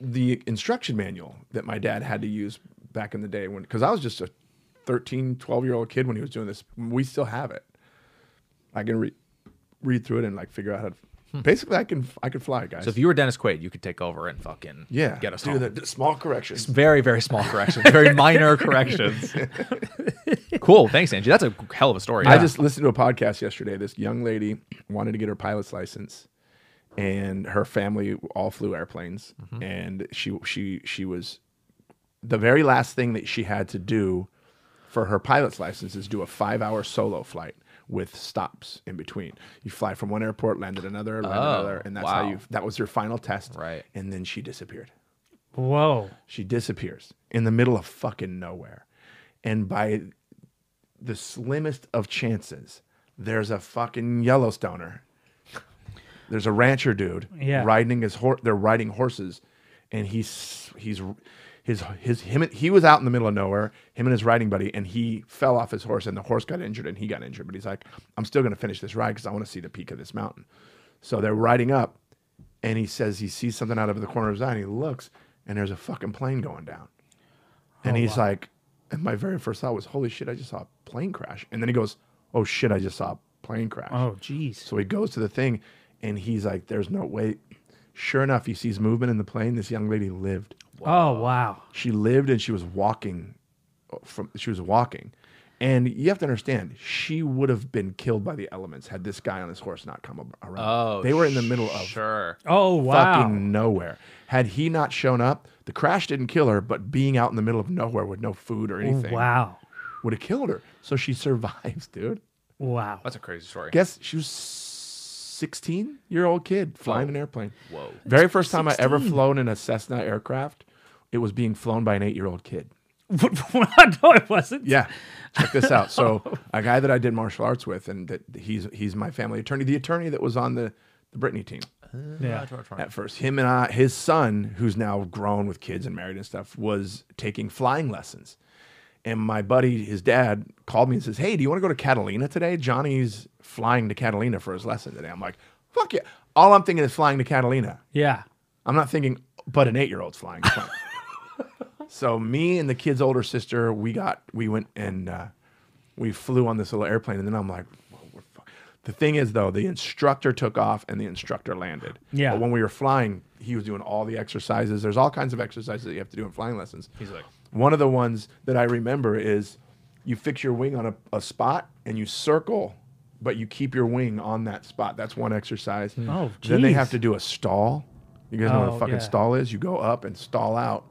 B: the instruction manual that my dad had to use back in the day when because I was just a 13, 12 year old kid when he was doing this. We still have it. I can read read through it and like figure out how. to... Basically, I can I could fly, guys.
C: Hmm. so if you were Dennis Quaid, you could take over and fucking
B: yeah,
C: get us
B: do
C: home.
B: the the small corrections.
C: Very very small
B: <laughs>
C: corrections, very minor corrections. cool, thanks Angie. That's a hell of a story.
B: I
C: Yeah.
B: just listened to a podcast yesterday. This young lady wanted to get her pilot's license, and her family all flew airplanes.
C: Mm-hmm.
B: And she she she was the very last thing that she had to do for her pilot's license is do a five hour solo flight with stops in between. You fly from one airport, land at another, land at
C: Oh,
B: another, and that's
C: wow.
B: how you. That was your final test,
C: Right.
B: And then she disappeared.
D: Whoa.
B: She disappears in the middle of fucking nowhere. And by the slimmest of chances, there's a fucking Yellowstoner. There's a rancher dude
D: Yeah.
B: riding his horse. They're riding horses, and he's he's his his him. and- He was out in the middle of nowhere. Him and his riding buddy, and he fell off his horse, and the horse got injured, and he got injured. But he's like, I'm still gonna finish this ride because I want to see the peak of this mountain. So they're riding up, and he says he sees something out of the corner of his eye, and he looks, and there's a fucking plane going down.
D: Oh,
B: And he's like, and my very first thought was, holy shit, I just saw a plane crash. And then he goes, oh shit, I just saw a plane crash.
D: Oh, jeez.
B: So he goes to the thing and he's like, there's no way. Sure enough, he sees movement in the plane. This young lady lived.
D: Oh, wow.
B: She lived and she was walking uh, from she was walking. And you have to understand, she would have been killed by the elements had this guy on his horse not come ab- around.
C: oh,
B: they were in the middle of
C: sure.
D: Oh, wow.
B: fucking nowhere. Had he not shown up, the crash didn't kill her, but being out in the middle of nowhere with no food or anything
D: Oh, Wow.
B: would have killed her. So she <laughs> survives, dude.
D: Wow.
C: That's a crazy story.
B: Guess she was 16 year old kid flying an airplane.
C: Whoa.
B: Very first time I ever flown in a Cessna aircraft, it was being flown by an eight year old kid.
D: <laughs> no, it wasn't.
B: Yeah. Check this out. So a guy that I did martial arts with and that he's he's my family attorney, the attorney that was on the, the Brittany team.
D: Yeah.
B: at first. Him and I, his son, who's now grown with kids and married and stuff, was taking flying lessons. And my buddy, his dad, called me and says, Hey, do you want to go to Catalina today? Johnny's flying to Catalina for his lesson today. I'm like, Fuck yeah. All I'm thinking is flying to Catalina.
D: Yeah.
B: I'm not thinking, but an eight year old's flying. Come on. so me and the kid's older sister, we got, we went and uh, we flew on this little airplane, and then I'm like, "Whoa, we're fu-" the thing is though, the instructor took off and the instructor landed.
D: Yeah.
B: But when we were flying, he was doing all the exercises. There's all kinds of exercises that you have to do in flying lessons. He's
C: like-
B: one of the ones that I remember is you fix your wing on a, a spot and you circle. But you keep your wing on that spot. That's one exercise.
D: Oh,
B: Then they
D: geez.
B: have to do a stall. You guys know what a
D: Oh,
B: fucking
D: yeah.
B: stall is? You go up and stall out.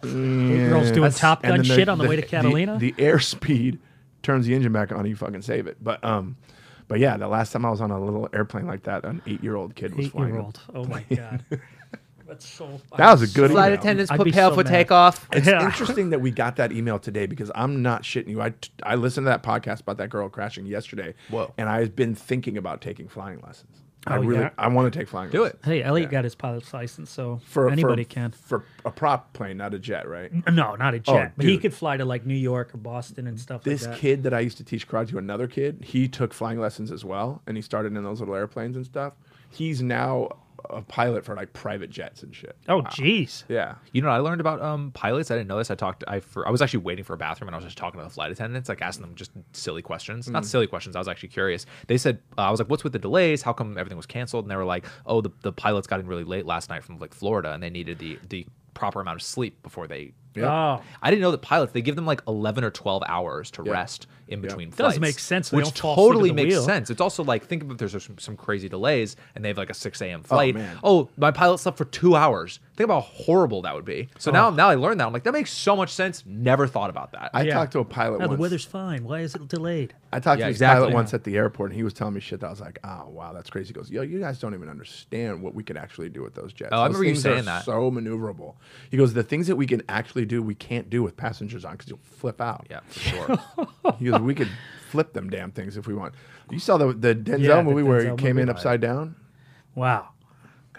D: Girls doing Top
B: And
D: Gun
B: then
D: shit on the, way to
B: the-
D: Catalina.
B: The, airspeed turns the engine back on. You fucking save it. But um, but yeah, the last time I was on a little airplane like that, an eight-year-old kid was flying.
D: Eight-year-old. Oh my
B: <laughs>
D: god. That's so.
B: That was a good
C: Flight
B: email.
C: attendants
D: I'd
C: put
D: be
C: tail
D: so
C: for
D: mad.
C: takeoff.
B: It's
D: Yeah.
B: interesting that we got that email today because I'm not shitting you. I, t- I listened to that podcast about that girl crashing yesterday.
C: Whoa.
B: And I've been thinking about taking flying lessons. I
D: Oh,
B: really
D: yeah?
B: I want to take flying
C: Do
B: lessons.
C: it.
D: Hey, Elliot got his pilot's license, so
B: For,
D: anybody
B: for,
D: can. Mm-hmm.
B: For a prop plane, not a jet, right?
D: No, not a jet, but he
B: Oh, dude.
D: could fly to like New York or Boston and stuff.
B: this
D: like that.
B: kid that I used to teach karate to, another kid, he took flying lessons as well, and he started in those little airplanes and stuff. He's now a pilot for like private jets and shit.
D: Oh, jeez.
B: Yeah,
C: You know, what I learned about um, pilots. I didn't know this. I talked. I for, I was actually waiting for a bathroom, and I was just talking to the flight attendants, like asking them just silly questions. Not silly questions. I was actually curious. They said, uh, "I was like, what's with the delays? How come everything was canceled?" And they were like, "Oh, the, the pilots got in really late last night from like Florida, and they needed the the proper amount of sleep before they."
D: Oh,
C: I didn't know that pilots they give them like eleven or twelve hours to
B: Yeah.
C: rest in between
D: Does
C: flights.
D: make sense. They
C: Which
D: don't fall asleep
C: totally
D: at the
C: makes
D: wheel.
C: sense. It's also like think of if there's some, some crazy delays and they have like a six a.m. flight.
B: man.
C: Oh, my pilot slept for two hours. Think about how horrible that would be. So now now I learned that I'm like that makes so much sense. Never thought about that.
B: Oh. I
D: Yeah.
B: talked to a pilot.
D: now the
B: once.
D: weather's fine. Why is it delayed?
B: I talked
C: Yeah,
B: to this
C: exactly.
B: pilot once at the airport, and he was telling me shit that I was like, "Oh wow, that's crazy." He goes, "Yo, you guys don't even understand what we can actually do with those jets.
C: Oh, I
B: Those
C: remember you
B: things are
C: saying that.
B: So maneuverable." He goes, "The things that we can actually do, we can't do with passengers on because you'll flip out."
C: yeah, for sure. <laughs>
B: He goes, "We could flip them damn things if we want." You saw the the Denzel
D: Yeah, the
B: movie where
D: Denzel
B: he came
D: movie.
B: in upside down.
D: Wow.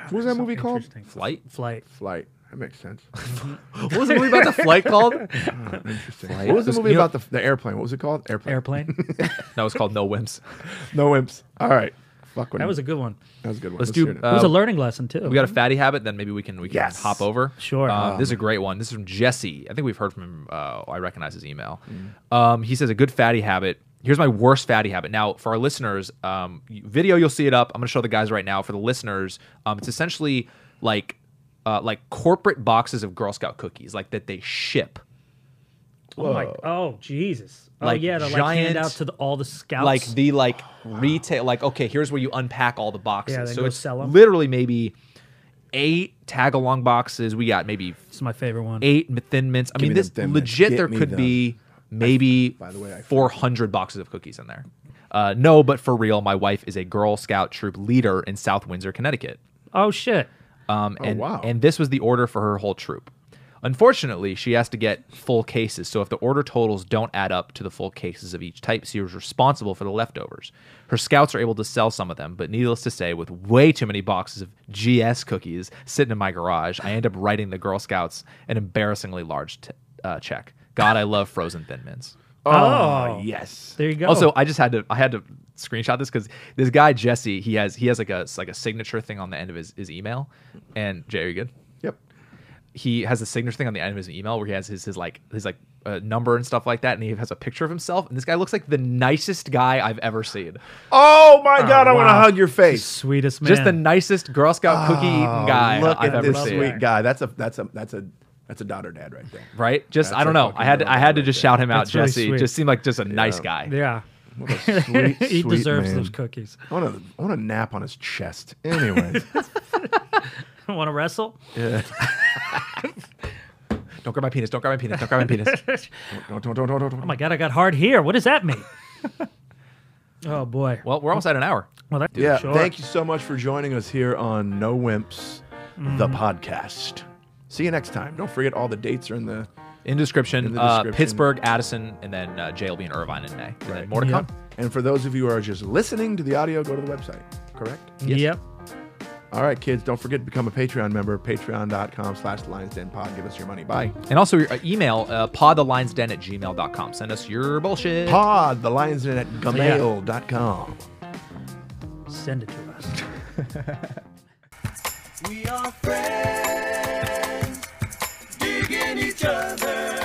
B: What was that movie called?
D: Interesting.
C: Flight?
D: Flight.
B: Flight. That makes sense.
C: What was the movie about the
B: <laughs>
C: flight called? No,
B: Ah, Interesting.
C: Flight.
B: What was the
C: It was-
B: movie
C: you know-
B: about the, the airplane? What was it called? Airplane. <laughs>
D: Airplane.
C: it's called No Wimps.
B: No imps. All right. Fuck.
D: that was a good one.
B: that was a good one.
C: Let's
B: hear
C: do,
B: it.
D: It was
C: Uh,
D: a learning lesson too.
C: We got a fatty habit, then maybe we can we can
B: Yes.
C: hop over.
D: Sure. Um,
C: Uh, this is a great one. This is from Jesse. I think we've heard from him. Uh, I recognize his email. Um, he says a good fatty habit. Here's my worst fatty habit. Now for our listeners, um, y- video you'll see it up. I'm gonna show the guys right now. For the listeners, um, it's essentially like uh, like corporate boxes of Girl Scout cookies, like that they ship.
D: oh, my, oh Jesus. Oh
C: Like
D: yeah, to like
C: giant-
D: hand out to the, all the scouts.
C: like the like retail like okay here's where you unpack all the boxes
D: Yeah, then
C: so
D: go
C: it's
D: sell 'em.
C: literally maybe eight tag along boxes we got maybe
D: it's my favorite one.
C: eight thin mints i mean
B: me
C: this
B: them Thin Mints.
C: legit
B: Get
C: there
B: me
C: could
B: them.
C: be maybe
B: by the way, I-
C: 400 boxes of cookies in there uh, no but for real my wife is a girl scout troop leader in south windsor connecticut
D: Oh shit.
C: um, and,
B: wow.
C: and this was the order for her whole troop. Unfortunately, she has to get full cases, so if the order totals don't add up to the full cases of each type, she was responsible for the leftovers. Her scouts are able to sell some of them, but needless to say, with way too many boxes of GS cookies sitting in my garage, I end up writing the Girl Scouts an embarrassingly large t- uh, check. God, I love frozen thin mints.
D: Oh,
B: yes.
D: There you go.
C: Also, I just had to I had to screenshot this because this guy Jesse, he has he has like a like a signature thing on the end of his, his email. And Jay, are you good?
B: Yep.
C: he has a signature thing on the end of his email where he has his, his like his like uh, number and stuff like that, and he has a picture of himself. And this guy looks like the nicest guy I've ever seen.
B: Oh my God! I want to
D: wow.
B: hug your face.
D: sweetest man.
C: Just the nicest Girl Scout cookie eating guy
B: Oh, Look
C: I've
B: at
C: ever
B: this
C: seen.
B: sweet guy. That's a that's a that's a that's a daughter dad right there.
C: Right? Just
B: That's
C: I don't
B: a
C: know. I
B: fucking
C: had to, I had to
B: girl
C: just
B: right
C: shout him out,
D: That's really
C: Jesse.
D: sweet.
C: just seemed like just a nice guy.
D: Yeah.
B: What
D: <laughs>
B: a sweet,
D: he
B: sweet
D: deserves
B: man.
D: those cookies. <laughs>
B: I want to I want to nap on his chest. Anyway,
D: Want to wrestle? <laughs>
C: Don't grab my penis. Don't grab my penis. Don't grab my
D: <laughs>
C: penis.
B: don't, don't, don't, don't, don't, don't.
D: Oh my god, I got hard here. What does that mean? oh boy.
C: Well, we're almost at an hour.
D: Well, that,
B: yeah.
D: sure.
B: Thank you so much for joining us here on No Wimps, the
D: Mm-hmm.
B: podcast. See you next time. Don't forget all the dates are in the
C: In description,
B: In the
C: uh,
B: description.
C: Pittsburgh, Addison, and then uh, Jay will be in Irvine in May. And then more to
D: Yep.
C: come.
B: And for those of you who are just listening to the audio, go to the website. Correct.
D: Yep.
B: All right, kids. Don't forget to become a Patreon member. Patreon.com/slash Lions Den Pod. Give us your money. Bye.
C: And also your uh, email, uh, podthelinesden at gmail.com. Send us your bullshit.
B: Pod the Lions Den at gmail.com.
D: Send it to us.
A: We are friends, digging each other.